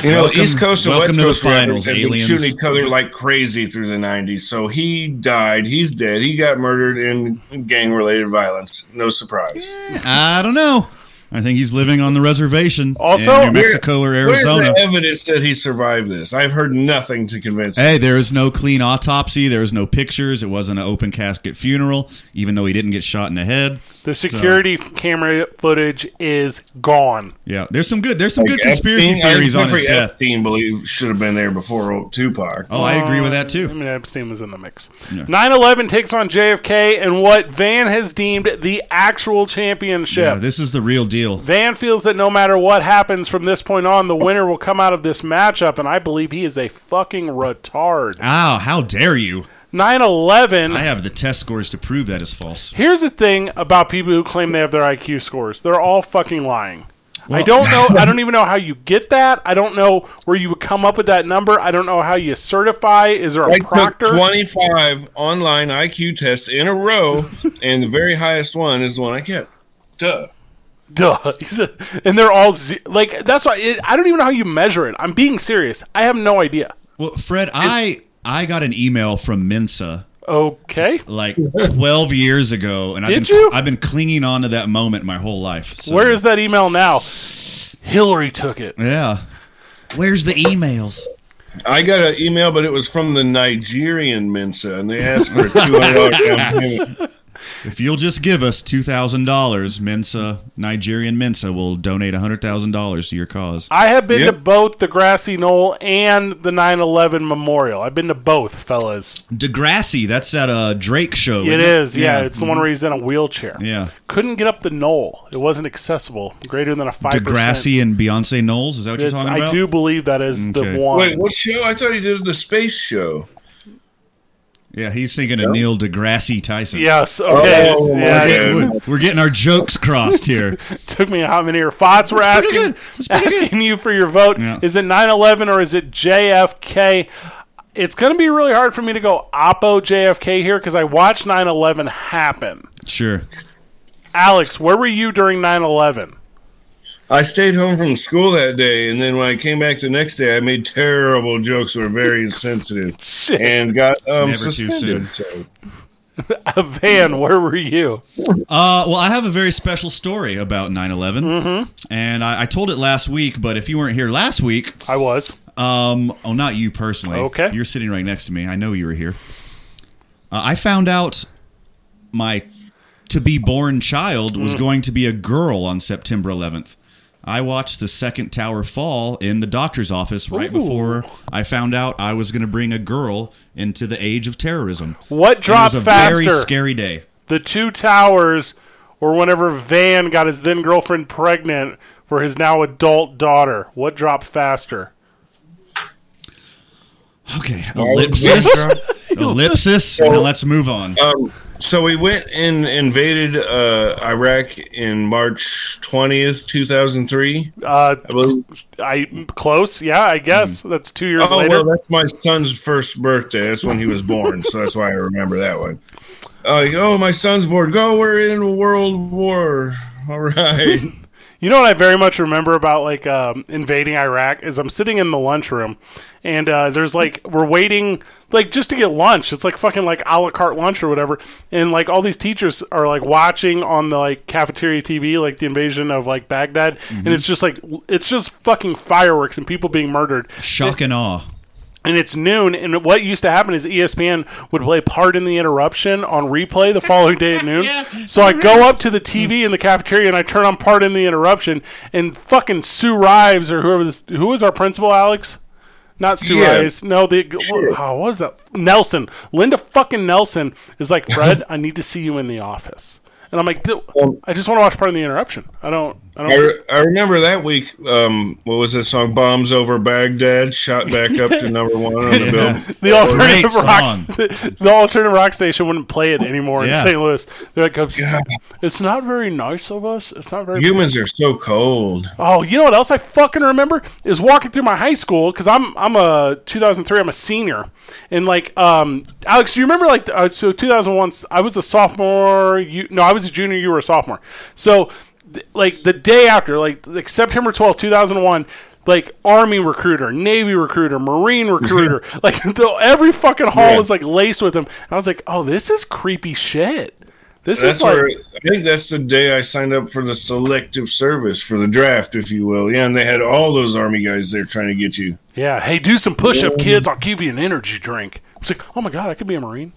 C: You know,
B: Welcome-
C: East Coast and
B: welcome
C: West
B: to the
C: Coast
B: finals,
C: rappers have been
B: aliens.
C: shooting each other like crazy through the '90s. So he died. He's dead. He got murdered in gang-related violence. No surprise.
B: I don't know. I think he's living on the reservation
A: Also,
B: in New Mexico or Arizona.
C: Where's the evidence that he survived this? I've heard nothing to convince me.
B: Hey, there is no clean autopsy. There is no pictures. It wasn't an open casket funeral, even though he didn't get shot in the head.
A: The security camera footage is gone.
B: Yeah, there's some good. There's some good
C: Like,
B: conspiracy
C: Epstein-
B: theories
C: I-
B: on his
C: Jeffrey
B: death.
C: Epstein believe should have been there before Tupac.
B: Oh, I agree with that
A: I
B: too.
A: mean, Epstein was in the mix. 9 11 takes on JFK and what Van has deemed the actual championship.
B: Yeah, this is the real deal.
A: Van feels that no matter what happens from this point on, the winner will come out of this matchup, and I believe he is a fucking retard.
B: Ow! Ah, How dare you?
A: 9 11.
B: I have the test scores to prove that is false.
A: Here's the thing about people who claim they have their IQ scores they're all fucking lying. I
B: Well-
A: don't know. I don't even know how you get that. I don't know where you would come up with that number. I don't know how you certify. Is there a
C: I took
A: proctor?
C: 25 online IQ tests in a row, and the very highest one is the one I kept. Duh.
A: Duh. He's a- and they're all ze- like that's why it, I don't even know how you measure it. I'm being serious. I have no idea.
B: Well, Fred, I I got an email from Mensa
A: Okay.
B: like 12 years ago, and I've
A: Did
B: been
A: you?
B: I've been clinging on to that moment my whole life. So,
A: Where is that email now? Hillary took it.
B: yeah? Where's the emails?
C: I got an email, but it was from the Nigerian Mensa, and they asked for a $200 down payment.
B: If you'll just give us two thousand dollars, Mensa Nigerian Mensa will donate hundred thousand dollars to your cause.
A: I have been
C: Yep.
A: to both the Grassy Knoll and the 9/11 Memorial. I've been to both, fellas.
B: Degrassi, that's that uh, Drake show.
A: It
B: isn't
A: is, yeah. It's the one where he's in a wheelchair.
B: Yeah.
A: Couldn't get up the knoll. It wasn't accessible. Greater than a five.
B: Degrassi and Beyonce Knowles. Is that what you're talking about?
A: I do believe that is
B: Okay.
A: the one.
C: Wait, what show? I thought he did the space show.
B: Yeah, he's thinking of Neil deGrasse Tyson.
A: Yes. Okay.
C: Oh,
A: yeah.
C: okay.
A: it
B: We're, we're getting our jokes crossed here.
A: Took me a hot minute. here. Fods were
B: That's pretty
A: asking
B: good. That's pretty
A: asking you for your vote.
B: Yeah.
A: Is it 9/11 or is it JFK? It's going to be really hard for me to go oppo JFK here because I watched 9/11 happen.
B: Sure.
A: Alex, where were you during 9/11?
C: I stayed home from school that day, and then when I came back the next day, I made terrible jokes that were very insensitive and got um,
B: never too
C: suspended. So.
A: Van, where were you?
B: Uh, well, I have a very special story about 9 11. Mm-hmm. And I, I told it last week, but if you weren't here last week,
A: I was.
B: Um, oh, not you personally.
A: Okay.
B: You're sitting right next to me. I know you were here. Uh, I found out my to be born child was going to be a girl on September 11th. I watched the second tower fall in the doctor's office right before I found out I was going to bring a girl into the age of terrorism.
A: What dropped
B: it was a
A: faster?
B: very scary day.
A: the two towers or whenever Van got his then girlfriend pregnant for his now adult daughter. What dropped faster?
B: Okay, ellipsis, ellipsis. Now let's move on.
C: Um, so we went and invaded uh, Iraq in March 20th, 2003.
A: Uh,
C: I believe.
A: I close, yeah, I guess
B: Mm.
A: that's two years
C: Oh,
A: later.
C: well, that's my son's first birthday. That's when he was born, so that's why I remember that one. Like, oh, my son's born. Go, we're in World War. All right.
A: You know what I very much remember about like um, invading Iraq is I'm sitting in the lunchroom, and uh, there's like we're waiting like just to get lunch. It's like fucking like a la carte lunch or whatever, and like all these teachers are like watching on the like cafeteria TV like the invasion of like Baghdad, and it's just like it's just fucking fireworks and people being murdered
B: Shock and awe.
A: and it's noon. And what used to happen is E ESPN would play part in the interruption on replay the following day at noon. So I go up to the TV in the cafeteria and I turn on part in the interruption, and fucking Sue Rives or whoever this who is our principal, Alex. Not Sue
C: Yeah.
A: Rives. No, the oh, what was that? Nelson. Linda fucking Nelson is like, Fred, I need to see you in the office. And I'm like, "Dude, I just want to watch part of the interruption. I don't. I
C: I,
A: don't.
C: re- I remember that week. Um, what was that song? Bombs over Baghdad shot back up to number one on the bill.
A: The alternative
B: Great
A: rock,
B: song.
A: the, alternative rock station wouldn't play it anymore in
B: Yeah.
A: St. Louis. They're like, "Oh, it's not very nice of us. It's not very.
C: Humans are so cold.
A: oh, you know what else I fucking remember is walking through my high school because I'm I'm a 2003. I'm a senior, and like um Alex, do you remember like uh, so 2001? I was a sophomore. You no, I was a junior. You were a sophomore. So th- like the day after, like like September 12, 2001 like army recruiter, navy recruiter, marine recruiter, like the, every fucking hall is like laced with them. And I was like, oh, this is creepy shit. This
C: That's
A: is like
C: where I think that's the day I signed up for the selective service for the draft, if you will. Yeah, and they had all those army guys there trying to get you.
A: yeah. Hey, do some push up, kids. I'll give you an energy drink. It's like, oh my god, I could be a marine.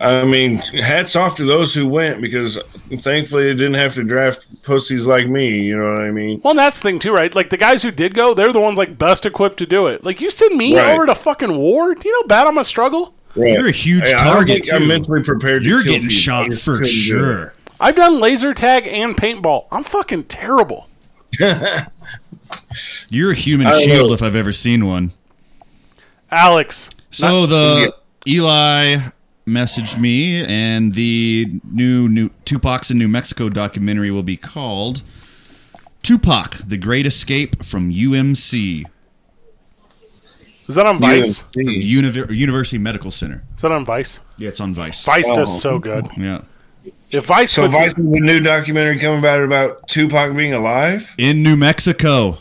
C: I mean, hats off to those who went because thankfully they didn't have to draft pussies like me. You know what I mean?
A: Well, and that's the thing too, right? Like the guys who did go, they're the ones like best equipped to do it. Like you send me
C: Right.
A: over to fucking war. Do you know how bad I'm gonna struggle?
B: You're a huge
C: Hey, I don't
B: target.
C: think I'm
B: too.
C: mentally prepared. To
B: You're
C: kill
B: getting
C: people. I
B: shot
C: just
B: for
C: couldn't do it.
B: sure.
A: I've done laser tag and paintball. I'm fucking terrible.
B: You're a human
C: don't
B: shield
C: know.
B: if I've ever seen one.
A: Alex,
B: So the Eli messaged me, and the new new Tupac's in New Mexico documentary will be called "Tupac: The Great Escape from UMC,
A: is that on Vice?
C: You and me.
B: Univer- University Medical Center."
A: Is that on Vice?
B: Yeah, it's on Vice.
A: Vice
C: Oh.
A: does so good.
B: Yeah,
A: If Vice,
C: So
A: puts
C: Vice is a new documentary coming about about Tupac being alive.
B: in New Mexico.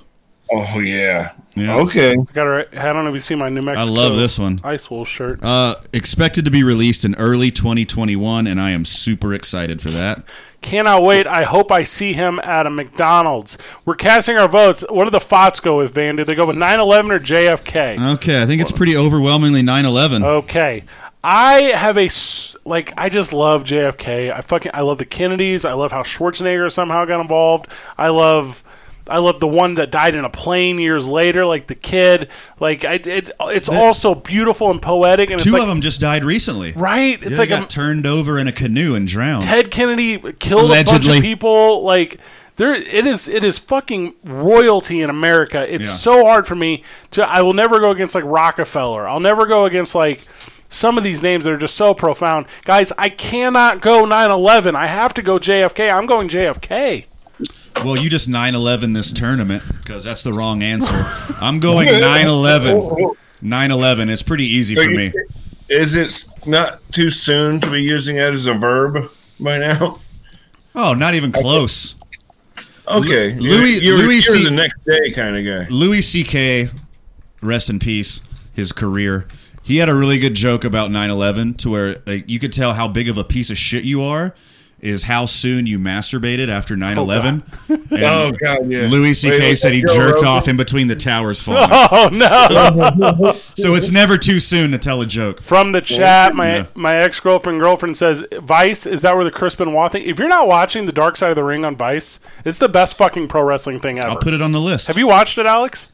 C: Oh yeah.
B: Yeah.
C: Okay.
A: I got it. I don't know if you see my New Mexico.
B: love this one.
A: Ice Wolf shirt.
B: Uh, expected to be released in early 2021, and I am super excited for that.
A: Cannot wait. I hope I see him at a McDonald's. We're casting our votes. What do the Fots go with, Van? Did they go with 9-11 or JFK?
B: Okay, I think it's pretty overwhelmingly 9/11.
A: Uh, Okay. I have a s- like I just love JFK. I fucking I love the Kennedys. I love how Schwarzenegger somehow got involved. I love I love the one that died in a plane years later, like the kid. Like I, it, it's also beautiful and poetic, and
B: Two
A: it's like
B: of them just died recently.
A: right. It's
B: Yeah,
A: like
B: they got
A: a,
B: turned over in a canoe and drowned.
A: Ted Kennedy killed a bunch
B: Allegedly.
A: of people. Like there, it is. It is fucking royalty in America. It's
B: Yeah.
A: so hard for me to. I will never go against like Rockefeller. I'll never go against like some of these names that are just so profound, guys. I cannot go 9/11. I have to go JFK. I'm going JFK.
B: Well, you just 9 11 this tournament because that's the wrong answer. I'm going 9 11. 9 11. It's pretty easy for me.
C: Is it not too soon to be using that as a verb by now?
B: Oh, not even close.
C: Okay,
B: Louis-
C: you're, you're,
B: Louis
C: you're
B: C- Mm-hmm.
C: the next day kind of guy.
B: Louis C.K., rest in peace, his career. He had a really good joke about 9 11 to where like, you could tell how big of a piece of shit you are is how soon you masturbated after 9 11.
C: Oh God, yeah.
B: Louis C.K.
C: Wait,
B: said he
C: Joe
B: jerked
C: Rogan?
B: off in between the towers falling.
A: Oh no!
B: so it's never too soon to tell a joke.
A: From the chat, my
B: Yeah.
A: my ex girlfriend girlfriend says Vice is that where the Chris Benoit thing? If you're not watching The Dark Side of the Ring on Vice, it's the best fucking pro wrestling thing ever.
B: I'll put it on the list.
A: Have you watched it, Alex?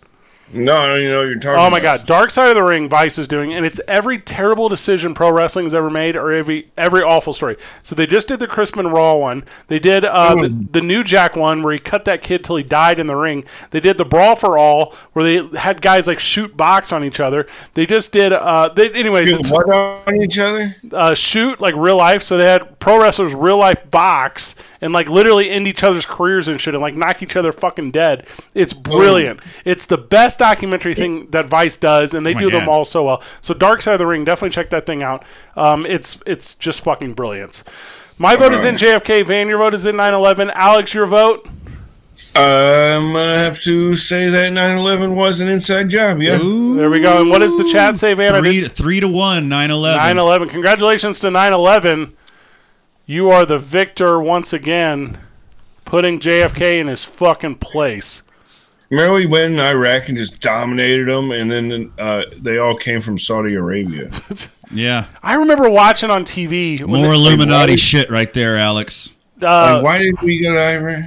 C: No, I don't even know what you're talking.
A: Oh my
C: about.
A: God! Dark Side of the Ring, Vice is doing, and it's every terrible decision pro wrestling has ever made, or every every awful story. So they just did the Crispin Raw one. They did uh, the, the New Jack one, where he cut that kid till he died in the ring. They did the Brawl for All, where they had guys like shoot box on each other. They just did. Uh, they, anyways,
C: Dude,
A: it's-
C: What on each other?
A: uh, shoot like real life. So they had pro wrestlers real life box and like literally end each other's careers and shit and like knock each other fucking dead. It's brilliant. It's the best documentary thing that Vice does, and they do them
B: God.
A: all so well. So Dark Side of the Ring, definitely check that thing out. Um, it's it's just fucking brilliant. My vote is in JFK. Van, your vote is in 9/11. Alex, your vote.
C: I'm gonna have to say that 9/11 was an inside job. Yeah.
A: There we go. And what does the chat say, Van? I
B: three,
A: did
B: three to one, 9 11.
A: 9/11. Congratulations to 9/11. You are the victor once again, putting JFK in his fucking place.
C: Remember we went in Iraq and just dominated them, and then uh, they all came from Saudi Arabia.
B: Yeah.
A: I remember watching on TV. when
B: More
A: they-
B: Illuminati shit right there, Alex.
A: uh,
C: Like, why did we go to Iraq?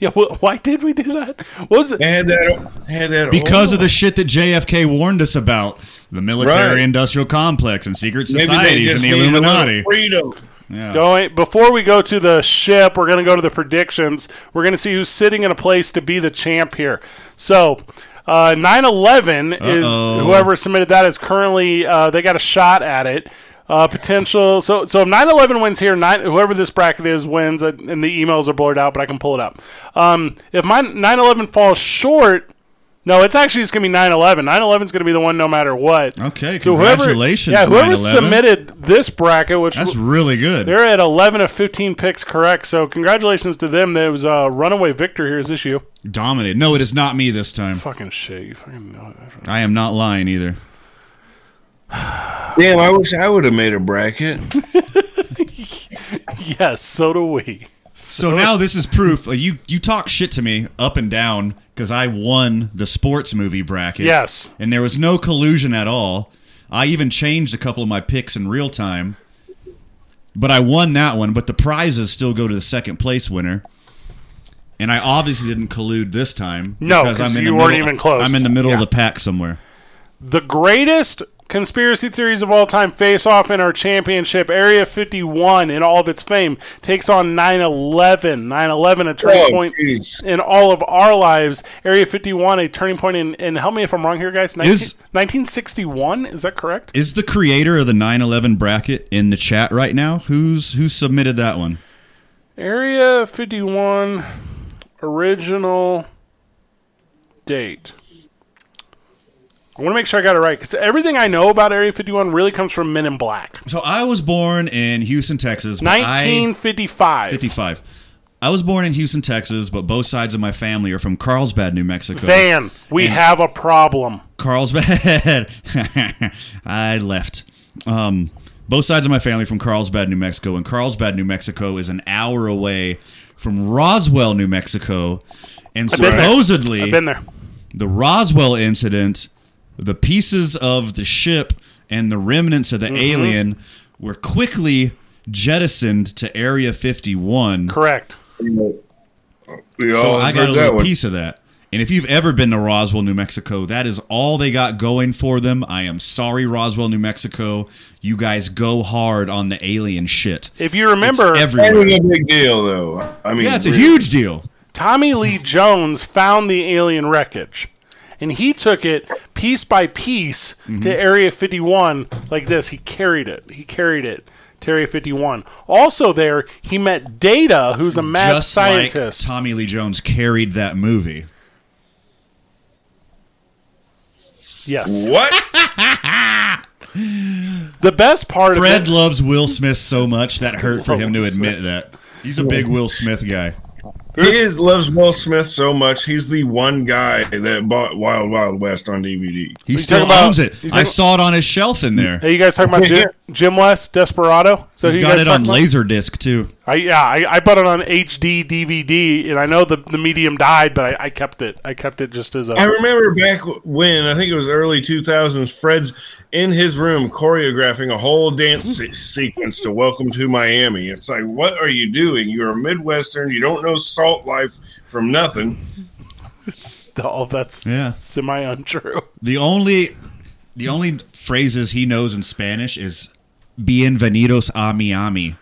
A: yeah, wh- why did we do that? What was it?
C: They had that. They had that
B: Because
C: oil.
A: Oh.
B: of the shit that JFK warned us about the military
C: Right.
B: industrial complex and secret
C: Maybe they
B: societies and
C: just
B: the
C: needed a little
B: Illuminati.
C: Freedom.
B: Yeah.
A: Going before we go to the ship, we're going to go to the predictions. We're going to see who's sitting in a place to be the champ here. So, uh, 9/11
B: Uh-oh.
A: is whoever submitted that is currently uh, they got a shot at it. Uh, potential. So so if 9/11 wins here, nine, whoever this bracket is wins, uh, and the emails are blurred out, but I can pull it up. Um, if my 9/11 falls short. No, it's actually just gonna be 9-11. 9-11 is gonna be the one no matter what.
B: Okay,
A: So whoever-
B: Oh, congratulations,
A: yeah, whoever
B: 9/11.
A: submitted this bracket, which
B: That's really good.
A: they're at 11 of 15 picks correct, so congratulations to them. There was a runaway victor here. Is this you?
B: Dominated. No, it is not me this time.
A: Fucking shit. You fucking know it.
B: I am not lying either.
C: Damn, I wish I would have made a bracket.
A: yes, so do we.
B: So now this is proof. Like, You you talk shit to me up and down because I won the sports movie bracket.
A: Yes.
B: and there was no collusion at all. I even changed a couple of my picks in real time, but I won that one. But the prizes still go to the second place winner. And I obviously didn't collude this time.
A: No, 'cause you
B: the
A: weren't
B: middle-
A: even close.
B: I'm in the middle of
A: Yeah.
B: the pack somewhere.
A: The greatest conspiracy theories of all time face off in our championship. Area 51, in all of its fame, takes on 9 11. 9 11, a turning
C: Oh,
A: point
C: jeez.
A: in all of our lives. Area 51, a turning point in, and help me if I'm wrong here, guys. 19,
B: Is-
A: 1961, is that correct?
B: Is the creator of the 9/11 bracket in the chat right now? Who's who submitted that one?
A: Area 51, original date. I want to make sure I got it right because everything I know about Area 51 really comes from Men in Black.
B: So I was born in Houston, Texas. but I-
A: 1955.
B: 55. I was born in Houston, Texas, but both sides of my family are from Carlsbad, New Mexico.
A: Van, we
B: And-
A: have a problem.
B: Carlsbad. I left. Um, both sides of my family from Carlsbad, New Mexico, and Carlsbad, New Mexico is an hour away from Roswell, New Mexico. And
A: been there.
B: supposedly,
A: I've been there.
B: the Roswell incident, the pieces of the ship and the remnants of the
A: Mm-hmm.
B: alien were quickly jettisoned to Area 51.
A: Correct.
C: We
B: So
C: all
B: I got a
C: Oh, heard that
B: little
C: one.
B: piece of that. And if you've ever been to Roswell, New Mexico, that is all they got going for them. I am sorry, Roswell, New Mexico. You guys go hard on the alien shit.
A: If you remember,
B: It's
C: That
B: everywhere.
C: was a big deal, though. I mean,
B: Yeah, it's a
C: really.
B: huge deal.
A: Tommy Lee Jones found the alien wreckage, and he took it piece by piece
B: Mm-hmm.
A: to Area 51 like this. He carried it. He carried it to Area 51. Also, there he met Data, who's a mad
B: Just
A: scientist.
B: like Tommy Lee Jones carried that movie.
A: yes.
C: What?
A: The best part of
B: Fred
A: it,
B: loves Will Smith so much that hurt for him to admit that. He's a big Will Smith guy.
C: he is, loves Will Smith so much. He's the one guy that bought Wild Wild West on DVD.
B: He
A: you
B: still
A: talking about-
B: owns
A: you
B: it.
A: talking
B: I saw it on his shelf in there.
A: Hey, you guys talking about Jim, Jim West, Desperado? So
B: He's
A: you
B: got
A: guys
B: it on
A: talking about-
B: Laserdisc too.
A: I yeah, I, I bought it on HD DVD, and I know the the medium died, but I, I kept it. I kept it just as a.
C: I remember back when I think it was early 2000s. Fred's in his room choreographing a whole dance se- sequence to "Welcome to Miami." It's like, what are you doing? You're a Midwestern. You don't know salt life from nothing.
A: all of that's
B: Yeah.
A: semi untrue.
B: The only the only phrases he knows in Spanish is "Bienvenidos a Miami"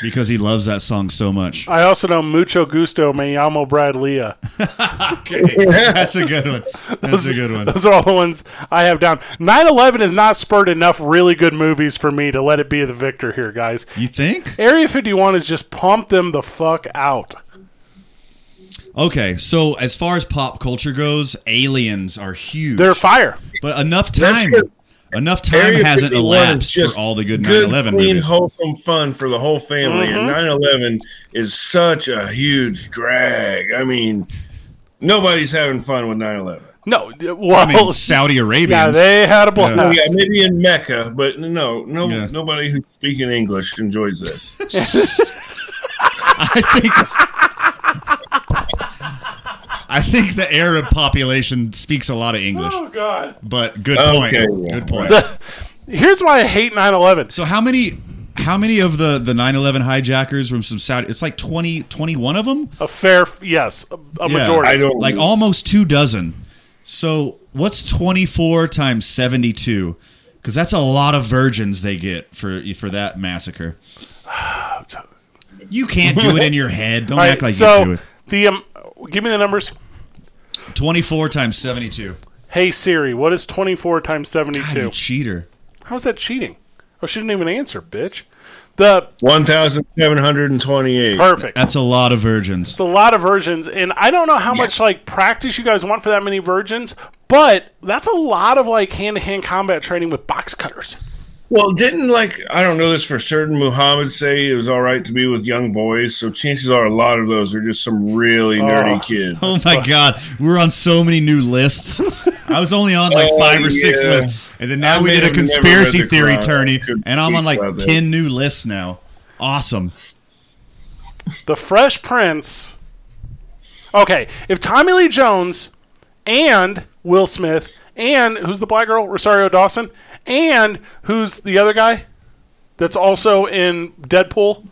B: because he loves that song so much.
A: I also know mucho gusto me llamo Brad Leah.
B: That's a good one. That's a good one.
A: Those are all the ones I have down. 9/11 has not spurred enough really good movies for me to let it be the victor here, guys.
B: You think?
A: Area 51 has just pumped them the fuck out.
B: Okay, so as far as pop culture goes, aliens are huge.
A: They're fire.
B: but enough
C: That's
B: time,
C: good.
B: enough time
C: Area
B: hasn't
C: 51 is
B: elapsed for all the good 9/11
C: clean,
B: movies.
C: wholesome fun for the whole family. And 9/11 is such a huge drag. I mean, nobody's having fun with 9/11.
A: No, well,
B: I mean, Saudi Arabians.
A: yeah, they had a blast.
C: Yeah, maybe in Mecca, but no, no,
B: Yeah.
C: nobody who's speaking English enjoys this.
B: I think. I think the Arab population speaks a lot of English,
A: Oh god.
B: but good point.
C: Okay, yeah,
B: good point.
A: Here's why I hate 9/11.
B: So how many how many of the the 9/11 hijackers from some Saudi it's like 20 21 of them?
A: A fair f- yes, a, a
B: Yeah.
A: majority.
C: I don't
B: Like almost 2 dozen. So what's 24 times 72? Cuz that's a lot of virgins they get for for that massacre. You can't do it in your head. Don't
A: All right,
B: act like
A: so
B: you can do it.
A: the um, give me the numbers.
B: 24 times 72.
A: Hey Siri, what is 24 times
B: God, you
A: 72?
B: cheater.
A: How is that cheating? Oh, she didn't even answer, bitch. The
C: 1,728.
A: perfect.
B: That's a lot of virgins.
A: It's a lot of virgins, and I don't know how much like practice you guys want for that many virgins, but that's a lot of like hand to hand combat training with box cutters.
C: Well, didn't like I don't know this for certain. Muhammad say it was all right to be with young boys, so chances are a lot of those are just some really nerdy kids.
B: Oh my god, we're on so many new lists. I was only on like
C: Oh,
B: five or six
C: yeah.
B: lists, and then now
C: I
B: we
C: may
B: did a
C: have never
B: conspiracy
C: read the
B: theory
C: Quran.
B: tourney,
C: Good
B: and I'm on like
C: brother.
B: ten new lists now. Awesome.
A: The Fresh Prince. Okay, if Tommy Lee Jones and Will Smith and who's the black girl Rosario Dawson and who's the other guy that's also in Deadpool,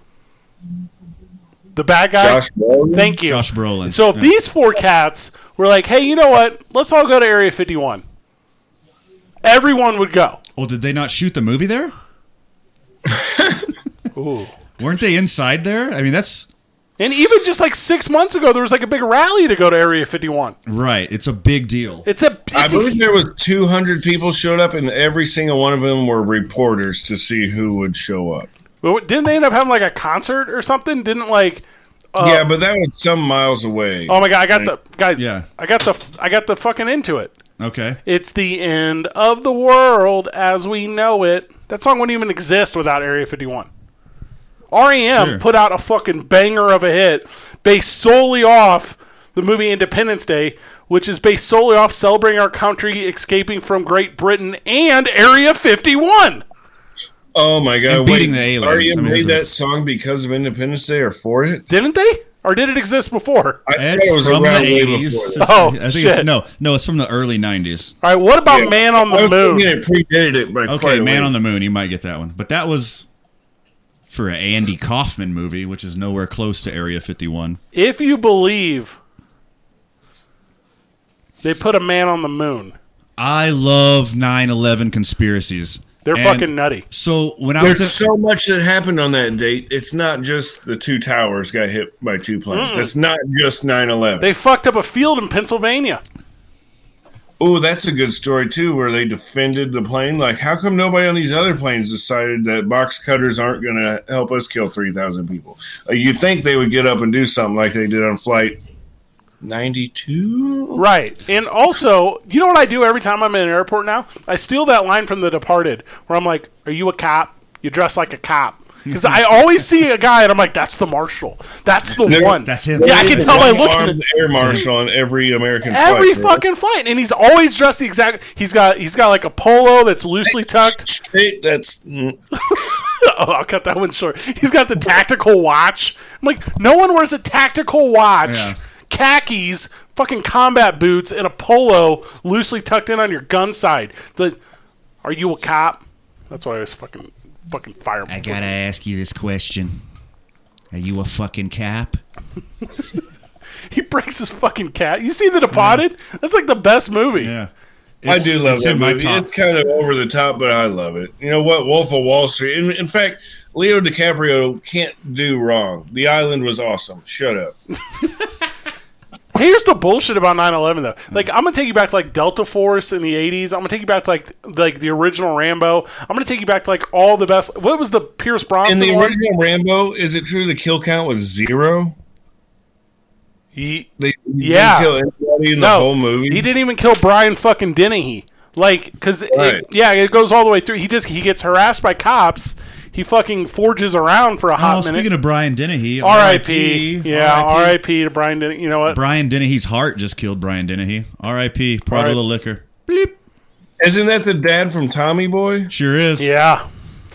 A: the bad guy.
C: Josh Brolin?
A: Thank you,
B: Josh Brolin.
A: So if
B: Yeah.
A: these four cats were like, hey, you know what? Let's all go to Area 51. Everyone would go.
B: Well, Oh, did they not shoot the movie there?
A: Ooh.
B: Weren't they inside there? I mean, that's
A: And even just like six months ago, there was like a big rally to go to Area 51.
B: right. It's a big deal.
A: It's a.
C: I
A: it's a-
C: believe there was 200 people showed up, and every single one of them were reporters to see who would show up.
A: But Didn't they end up having like a concert or something? Didn't like
B: Uh,
C: yeah, but that was some miles away.
A: oh my god, I got the guys.
B: Yeah.
A: I got the I got the fucking into it.
B: Okay.
A: It's the end of the world as we know it. That song wouldn't even exist without Area 51. REM
B: Sure.
A: put out a fucking banger of a hit based solely off the movie Independence Day, which is based solely off celebrating our country escaping from Great Britain and Area 51.
C: Oh my god!
B: And beating
C: wait,
B: the aliens.
C: Are you
B: I mean,
C: made
B: it's a-
C: that song because of Independence Day or for it?
A: Didn't they? Or did it exist before?
C: I thought it
B: It's
C: was
B: from the
C: around way
B: eighties.
C: before. That.
A: Oh,
B: I think it's
A: shit.
B: no, no. It's from the early nineties.
A: All right, what about
C: Yeah.
A: Man on
C: I
A: the
C: was
A: Moon?
C: thinking it predated it by
B: Okay,
C: quite a
B: Man
C: ways.
B: on the Moon. You might get that one, but that was for an Andy Kaufman movie, which is nowhere close to Area Fifty One.
A: If you believe they put a man on the moon,
B: I love 9-11 conspiracies.
A: they're
B: And
A: fucking nutty.
B: So when I was
C: There's
B: at,
C: so much that happened on that date. It's not just the two towers got hit by two
A: Mm.
C: planes. It's not just 9 11.
A: They fucked up a field in Pennsylvania.
C: Oh, that's a good story, too, where they defended the plane. Like, how come nobody on these other planes decided that box cutters aren't going to help us kill 3,000 people? Like, you'd think they would get up and do something like they did on Flight 92?
A: Right. And also, you know what I do every time I'm in an airport now? I steal that line from The Departed where I'm like, Are you a cop? You dress like a cop. Because I always see a guy and I'm like, That's the marshal. That's the
C: No,
A: one.
B: that's him.
A: Yeah, I can
C: There's
A: tell by
C: one
A: looking at
C: armed air marshal on every American
A: every
C: flight.
A: fucking flight. And he's always dressed the exact he's got he's got like a polo that's loosely tucked.
C: Hey, that's mm,
A: Oh, I'll cut that one short. He's got the tactical watch. I'm like, no one wears a tactical watch,
B: Yeah.
A: khakis, fucking combat boots, and a polo loosely tucked in on your gun side. The, are you a cop? That's why I was fucking fucking fireman.
D: I gotta ask you this question. Are you a fucking cap?
A: He breaks his fucking cat. You seen The Departed? That's like the best movie.
B: yeah,
C: I
B: It's-
C: do love
B: it's
C: that
B: in my
C: movie.
B: top.
C: It's kind of over the top, but I love it. You know what? Wolf of Wall Street. In, in fact, Leo DiCaprio can't do wrong. The Island was awesome. Shut up.
A: Here's the bullshit about 9/11 though. Like I'm gonna take you back to like Delta Force in the 80s. I'm gonna take you back to like th- like the original Rambo. I'm gonna take you back to like all the best. What was the Pierce
C: In
A: Bronson
C: the
A: one?
C: original Rambo, is it true the kill count was zero?
A: Ye-
C: They
A: Yeah.
C: didn't kill anybody in the whole movie.
A: He didn't even kill Brian fucking Dennehy. Like, because
C: Right.
A: yeah, it goes all the way through. He just he gets harassed by cops. He fucking forges around for a
B: Oh,
A: hot
B: speaking
A: minute.
B: of Brian Dennehy,
A: R.I.P. Yeah,
B: R.I.P.
A: R.I.P. to Brian Dennehy. You know what?
B: Brian Dennehy's heart just killed Brian Dennehy. R.I.P. Prada
A: R.I.P.
B: Little Liquor. Bleep.
C: Isn't that the dad from Tommy Boy?
B: Sure is.
A: Yeah,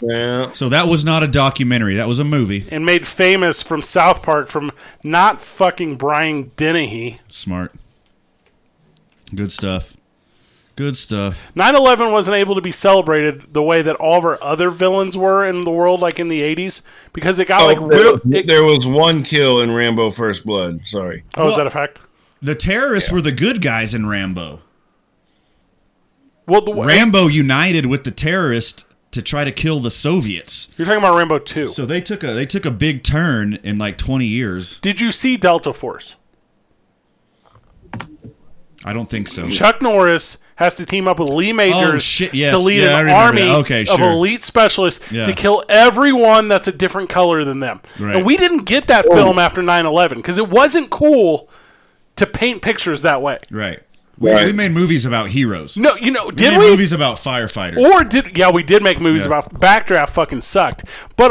C: Yeah.
B: So that was not a documentary. That was a movie.
A: and made famous from South Park from not fucking Brian Dennehy.
B: Smart. Good stuff. Good stuff.
A: 9/11 wasn't able to be celebrated the way that all of our other villains were in the world, like in the 80s, because it got like
C: Oh, there,
A: real. It,
C: there was one kill in Rambo First Blood. Sorry.
A: oh, is that a fact?
B: The terrorists were the good guys in Rambo.
A: Well, the,
B: Rambo united with the terrorists to try to kill the Soviets.
A: you're talking about Rambo 2.
B: So they took a they took a big turn in like 20 years.
A: Did you see Delta Force?
B: I don't think so.
A: Chuck Norris has to team up with Lee Majors
B: Oh, shit, yes.
A: to lead
B: Yeah, I
A: an
B: remember
A: army
B: that. Okay,
A: of
B: sure.
A: elite specialists
B: Yeah.
A: to kill everyone that's a different color than them.
B: Right.
A: And we didn't get that film after 9/11 because it wasn't cool to paint pictures that way.
B: Right. We,
C: Right.
B: we made movies about heroes.
A: No, you know,
B: we
A: did
B: made
A: we?
B: movies about firefighters.
A: Or did yeah, we did make movies
B: Yeah.
A: about Backdraft fucking sucked. But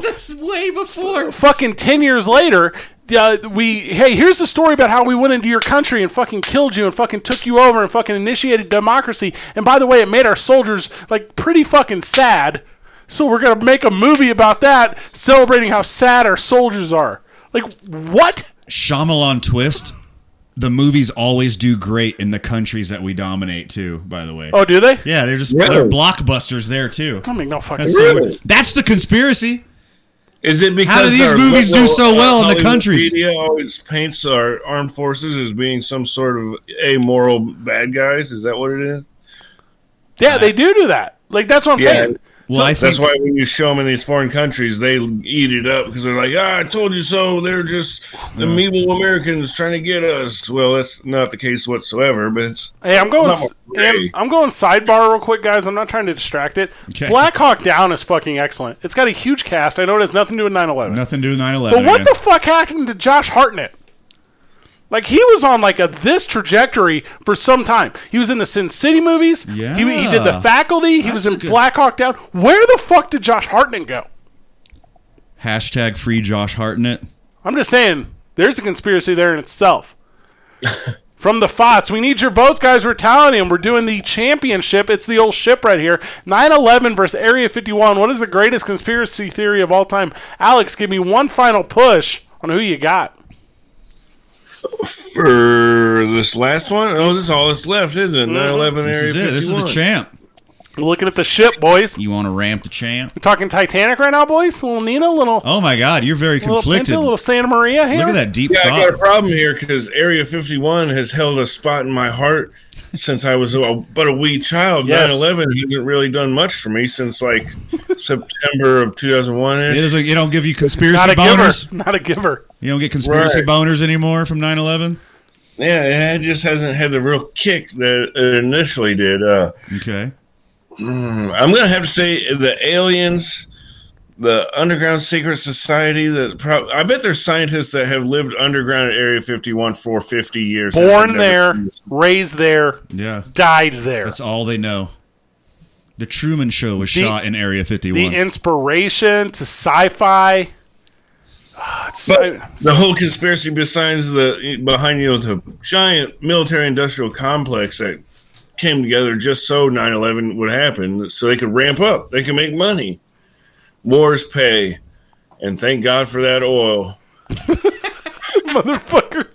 D: That's way before.
A: fucking 10 years later, uh, we, hey, here's the story about how we went into your country and fucking killed you and fucking took you over and fucking initiated democracy. And by the way, it made our soldiers, like, pretty fucking sad. So we're going to make a movie about that, celebrating how sad our soldiers are. Like, what?
B: Shyamalan twist. The movies always do great in the countries that we dominate too. By the way,
A: Oh, do they?
B: yeah, they're just
C: Really?
B: they're blockbusters there too.
A: I mean, no fucking
B: That's,
A: sense.
C: Really?
B: that's the conspiracy.
C: Is it because
B: How do these
C: our
B: movies do
C: liberal,
B: so well in the
C: Hollywood
B: countries?
C: Media always paints our armed forces as being some sort of amoral bad guys. Is that what it is?
A: Yeah, they do do that. Like, that's what I'm
C: Yeah.
A: saying.
B: Well, I think
C: That's why when you show them in these foreign countries, they eat it up because they're like, "Ah, I told you so." They're just the meeble Americans trying to get us. Well, that's not the case whatsoever. But it's
A: Hey, I'm going.
C: No way.
A: hey, I'm going sidebar real quick, guys. I'm not trying to distract it.
B: Okay.
A: Black Hawk Down is fucking excellent. It's got a huge cast. I know it has nothing to do with 9/11.
B: nothing to do with 9/11.
A: But what
B: again.
A: the fuck happened to Josh Hartnett? Like he was on like a this trajectory for some time. He was in the Sin City movies.
B: Yeah.
A: He, he did the Faculty. He was
B: That's
A: in
B: a good-
A: Black Hawk Down. Where the fuck did Josh Hartnett go?
B: hashtag free Josh Hartnett?
A: I'm just saying, there's a conspiracy there in itself. From the FOTS, we need your votes, guys. We're tallying. We're doing the championship. It's the old ship right here. 9 11 versus Area 51. What is the greatest conspiracy theory of all time? Alex, give me one final push on who you got.
C: for this last one, oh, this is all that's left, isn't it? 9/11
B: This
C: Area
B: is it.
C: 51.
B: This is the champ.
A: Looking at the ship, boys.
B: You want to ramp the champ?
A: We're talking Titanic right now, boys. Little Nina, little
B: Oh my God, you're very
A: little
B: conflicted.
A: Pinta, little Santa Maria here.
B: Look at that deep
C: Yeah, I got a
B: thought.
C: problem here because Area 51 has held a spot in my heart since I was a, but a wee child.
A: Yes.
C: 9/11 hasn't really done much for me since like September of 2001.
B: It is a, you don't give you conspiracy
A: Not a
B: boners.
A: giver. Not a giver.
B: You don't get conspiracy
C: Right.
B: boners anymore from 9/11.
C: Yeah, it just hasn't had the real kick that it initially did. Uh,
B: Okay.
C: I'm gonna have to say the aliens, the underground secret society. That pro- I bet there's scientists that have lived underground at Area 51 for 50 years. and have
A: Born
C: never
A: there,
C: seen this.
A: raised there,
B: Yeah.
A: died there.
B: That's all they know. The Truman Show was
A: The-
B: shot in Area 51.
A: the inspiration to sci-fi. Ah, it's sci-
C: The whole conspiracy besides the behind you know, the giant military-industrial complex that came together just so 9/11 would happen, so they could ramp up, they could make money, wars pay, and thank God for that oil.
A: motherfucker.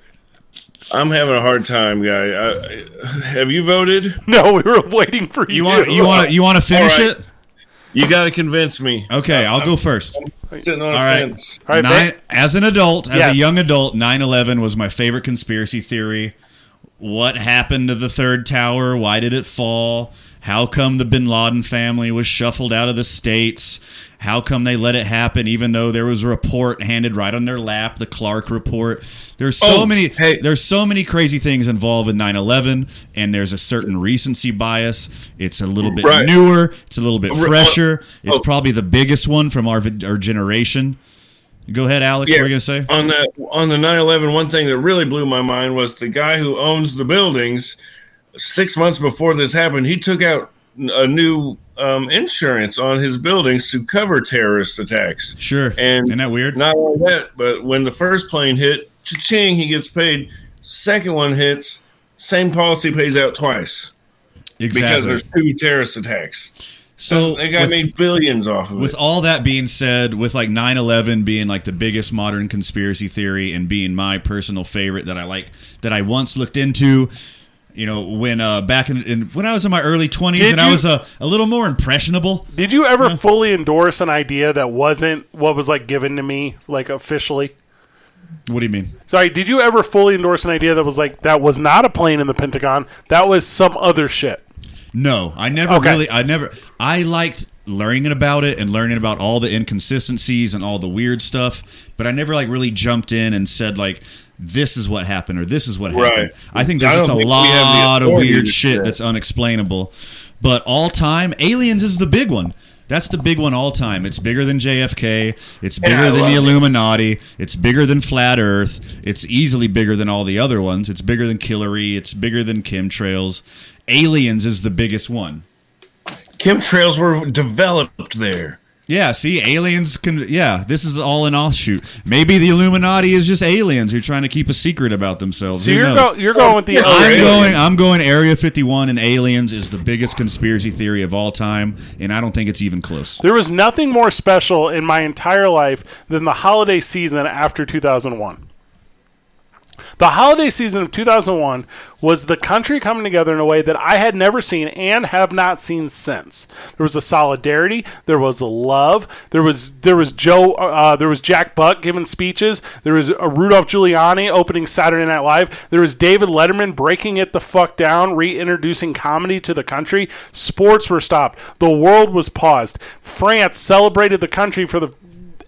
C: I'm having a hard time, guy. I, I, have you voted?
A: No, we were waiting for you.
B: you want you want to you want to finish
C: All right.
B: it?
C: You got to convince me.
B: Okay, I'll go first.
C: I'm sitting on
B: All
C: a
B: right.
C: fence.
A: All right,
B: Nine,
A: Vic?
B: as an adult, as
A: Yes.
B: a young adult, 9/11 was my favorite conspiracy theory. What happened to the third tower? Why did it fall? How come the Bin Laden family was shuffled out of the states? How come they let it happen even though there was a report handed right on their lap, the Clark report? There's so
C: Oh,
B: many
C: hey.
B: there's so many crazy things involved in 9/11 and there's a certain recency bias. It's a little bit
C: Right.
B: newer, it's a little bit
C: Re-
B: fresher. It's
C: oh.
B: probably the biggest one from our vid- our generation. Go ahead, Alex. What were you gonna say?
C: on the on the 9/11 one thing that really blew my mind was the guy who owns the buildings 6 months before this happened he took out a new um, insurance on his buildings to cover terrorist attacks
B: Sure.
C: and
B: Isn't that weird?
C: not only that but when the first plane hit cha-ching he gets paid second one hits same policy pays out twice because
B: exactly.
C: there's two terrorist attacks
B: So
C: that guy
B: with,
C: made billions off of
B: with
C: it
B: all that being said, with like 9/11 being like the biggest modern conspiracy theory and being my personal favorite that I like that I once looked into. You know, when uh, back in, in when I was in my early twenties
A: Did
B: and I
A: you-
B: was a, a little more impressionable.
A: Did you ever fully endorse an idea that wasn't what was like given to me, like officially?
B: What do you mean?
A: Sorry, did you ever fully endorse an idea that was like that was not a plane in the Pentagon? That was some other shit.
B: No, I never
A: Okay.
B: really. I never. I liked learning about it and learning about all the inconsistencies and all the weird stuff, but I never like really jumped in and said like this is what happened or this is what
C: Right.
B: happened. I think
C: I
B: there's just a
C: don't think we have the
B: lot of
C: authority
B: weird
C: to
B: shit
C: do
B: that's unexplainable. But all time, aliens is the big one. That's the big one all time. It's bigger than JFK. It's bigger
C: I
B: than
C: love
B: the
C: it.
B: Illuminati. It's bigger than Flat Earth. It's easily bigger than all the other ones. It's bigger than Killery. It's bigger than chemtrails. Aliens is the biggest one.
C: chemtrails were developed there
B: Yeah, see, aliens can. Yeah, this is all an offshoot. Maybe the Illuminati is just aliens who are trying to keep a secret about themselves.
A: So
B: Who
A: you're,
B: knows?
A: go, you're going with the
C: I'm
A: other
B: I'm
C: Aliens.
B: going. I'm going. Area 51 and aliens is the biggest conspiracy theory of all time, and I don't think it's even close.
A: There was nothing more special in my entire life than the holiday season after 2001. The holiday season of 2001 was the country coming together in a way that I had never seen and have not seen since. There was a solidarity, there was a love, there was there was Joe, uh, there was Jack Buck giving speeches, there was uh, Rudolph Giuliani opening Saturday Night Live, there was David Letterman breaking it the fuck down, reintroducing comedy to the country. Sports were stopped, the world was paused. France celebrated the country for the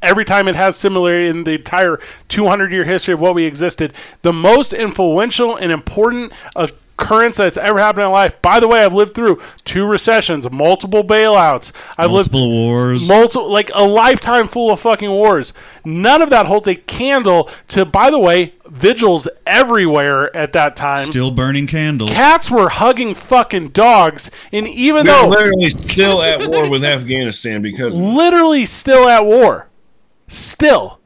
A: every time it has similarity in the entire 200 year history of what we existed, the most influential and important occurrence that's ever happened in my life. By the way, I've lived through two recessions, multiple bailouts. I've
B: Multiple wars.
A: lived multiple like a lifetime full of fucking wars. None of that holds a candle to by the way, vigils everywhere at that time.
B: Still burning candles.
A: Cats were hugging fucking dogs and even
C: We're
A: though
C: literally still at war with Afghanistan because
A: literally still at war. Still.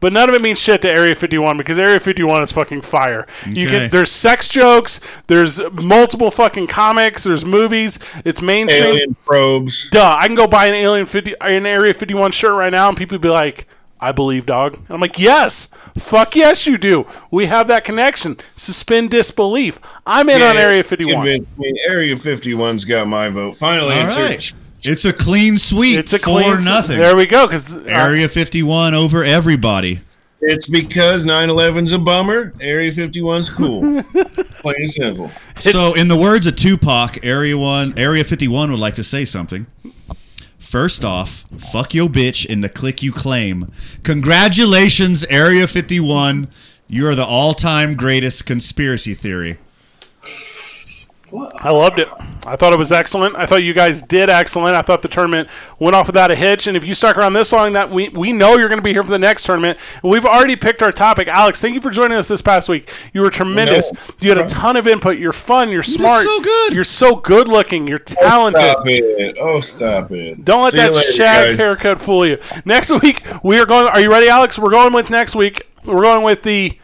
A: But none of it means shit to Area 51 because Area 51 is fucking fire. You
B: Okay.
A: can there's sex jokes, there's multiple fucking comics, there's movies, it's mainstream.
C: alien probes.
A: Duh, I can go buy an Alien 50 an Area 51 shirt right now and people be like, "I believe, dog." And I'm like, "Yes. Fuck yes you do. We have that connection. Suspend disbelief. I'm in on Area 51."
C: Convinced me. Area 51's got my vote. Final
B: all
C: answer.
B: right. It's a clean sweep.
A: It's a clean
B: for nothing.
A: There we go cuz
B: Area 51 over everybody.
C: It's because 9/11's a bummer. Area 51's cool. Plain and simple.
B: So, in the words of Tupac, Area One, Area Fifty One would like to say something. First off, fuck your bitch and the click you claim. Congratulations, Area Fifty One. You are the all-time greatest conspiracy theory.
A: I loved it. I thought it was excellent. I thought you guys did excellent. I thought the tournament went off without a hitch. And if you stuck around this long, that we we know you're going to be here for the next tournament. And we've already picked our topic. Alex, thank you for joining us this past week. You were tremendous.
C: No.
A: You had a ton of input. You're fun. You're smart.
B: so good.
A: You're so good looking. You're talented.
C: Stop it. Oh, stop it.
A: Don't let
C: See
A: that
C: you later,
A: shag
C: guys.
A: haircut fool you. Next week we are going. Are you ready, Alex? We're going with next week. We're going with the.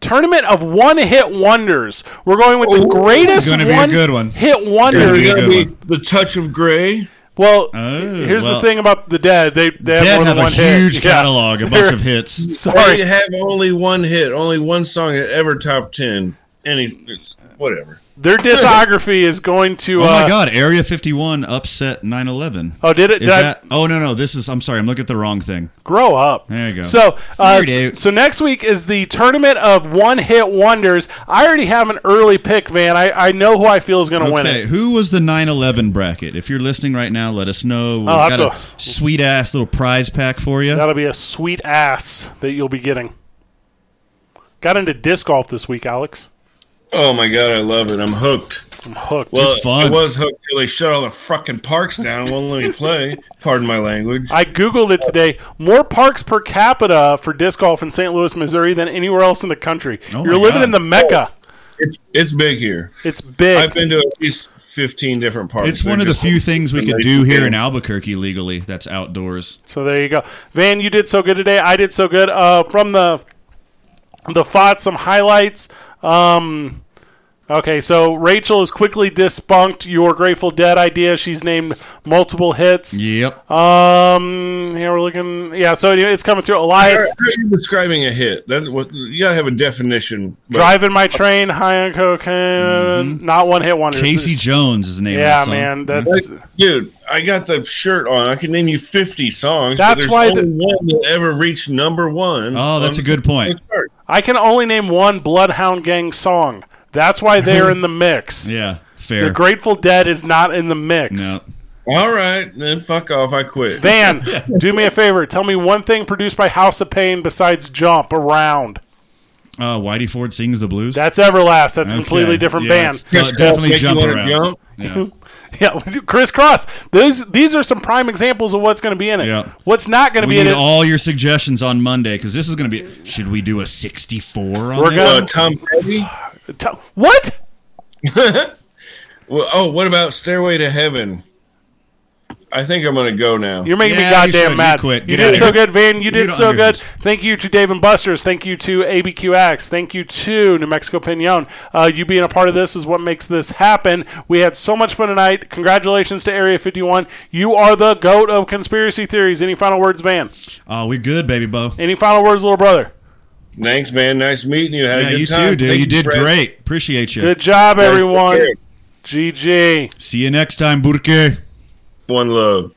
A: Tournament of one-hit wonders. We're going with the greatest
B: gonna be a good one.
A: hit
B: gonna
A: wonders
B: be a
C: There's
B: good
C: gonna be
B: one.
C: the touch of gray.
A: Well,
B: Oh,
A: here's the
B: well.
A: thing about the dead. They they have
B: Dead
A: more
B: have
A: than
B: a
A: one hit.
B: huge
A: Yeah.
B: catalog, a bunch
A: They're-
B: of hits.
C: They
A: Sorry,
C: have only one hit, only one song that ever top ten. Any, it's, whatever.
A: their discography is going to.
B: Oh
A: uh,
B: my God! Area Fifty One upset 9/11.
A: Oh, did it?
B: Is
A: Did I-
B: that? Oh no, no. This is. I'm sorry. I'm looking at the wrong thing.
A: grow up?
B: There you go.
A: So, uh,
B: Figured it out.
A: so next week is the tournament of one-hit wonders. I already have an early pick, Van. I, I know who I feel is going to win
B: Okay,
A: it.
B: who was the 9/11 bracket? If you're listening right now, let us know. We've
A: I'll
B: got
A: have
B: a
A: to-
B: sweet ass little prize pack for you.
A: That'll be a sweet ass that you'll be getting. Got into disc golf this week, Alex.
C: Oh my god, I love it. I'm hooked.
A: I'm hooked.
C: Well,
B: It's fun.
C: I was hooked till they shut all the fucking parks down and won't let me play. Pardon my language.
A: I googled it today. More parks per capita for disc golf in St. Louis, Missouri, than anywhere else in the country.
B: Oh
A: You're
B: my
A: living
B: God.
A: in the mecca.
C: It's, it's big here.
A: It's big.
C: I've been to at least 15 different parks.
B: It's
C: They
B: one of the
C: just-
B: few things we
C: they
B: could
C: just
B: do here
C: do.
B: in Albuquerque legally that's outdoors.
A: so there you go, Van. You did so good today. I did so good. Uh, from the the FOD, some highlights. Um, okay, so Rachel has quickly despunked your Grateful Dead idea. She's named multiple hits.
B: Yep.
A: Um, here we're looking. Yeah, so anyway, it's coming through. Elias.
C: How are you describing a hit? That what you gotta have a definition. but-
A: Driving my train, high on cocaine, not one hit wonders.
B: Mm-hmm. Casey Jones is the name
A: Yeah,
B: of the song.
A: man, that's
C: Dude, I got the shirt on. I can name you 50 songs.
A: That's
C: but there's
A: why
C: only
A: the-
C: one that ever reached number one.
B: Oh, that's
C: on
B: a good point.
C: the chart.
A: I can only name one Bloodhound Gang song. That's why they're in the mix.
B: Yeah,
A: The
B: fair.
A: Grateful Dead is not in the mix.
B: no.
C: All right, then fuck off. I quit.
A: Van, do me a favor. Tell me one thing produced by House of Pain besides Jump Around.
B: Uh, Whitey Ford sings the blues.
A: That's Everlast. That's a
B: Okay,
A: completely different
B: yeah,
A: band.
B: it's de- definitely
C: Make you
B: jump
C: wanna
B: around.
C: jump?
B: Yeah.
A: Yeah, crisscross. Those these are some prime examples of what's going to be in it.
B: Yeah.
A: What's not going to
B: We
A: be in
B: need
A: it?
B: all your suggestions on Monday because this is going to be. Should we do a 64 on
A: We're
B: this?
A: gonna-
C: Uh, Tom Petty.
A: T- what?
C: Well, oh, what about Stairway to Heaven? I think I'm going to go now.
A: You're making me
B: Yeah, you should.
A: goddamn
B: You
A: mad. You,
B: quit. Get
A: did
B: outta
A: so
B: here.
A: good, Van. You did
B: don't
A: so good.
B: understand.
A: Thank you to Dave and Buster's. Thank you to ABQX. Thank you to New Mexico Pinon. Uh, you being a part of this is what makes this happen. We had so much fun tonight. Congratulations to Area 51. You are the goat of conspiracy theories. Any final words, Van?
B: Oh, we're good, baby Bo.
A: Any final words, little brother?
C: Thanks, man. Nice meeting you. Had a
B: Yeah,
C: good
B: you
C: time.
B: too, dude.
C: Thank
B: you did
C: Fred.
B: great. Appreciate you.
A: Good job,
C: Guys, take
A: everyone.
C: care.
A: GG.
B: See you next time, Burke.
C: One love.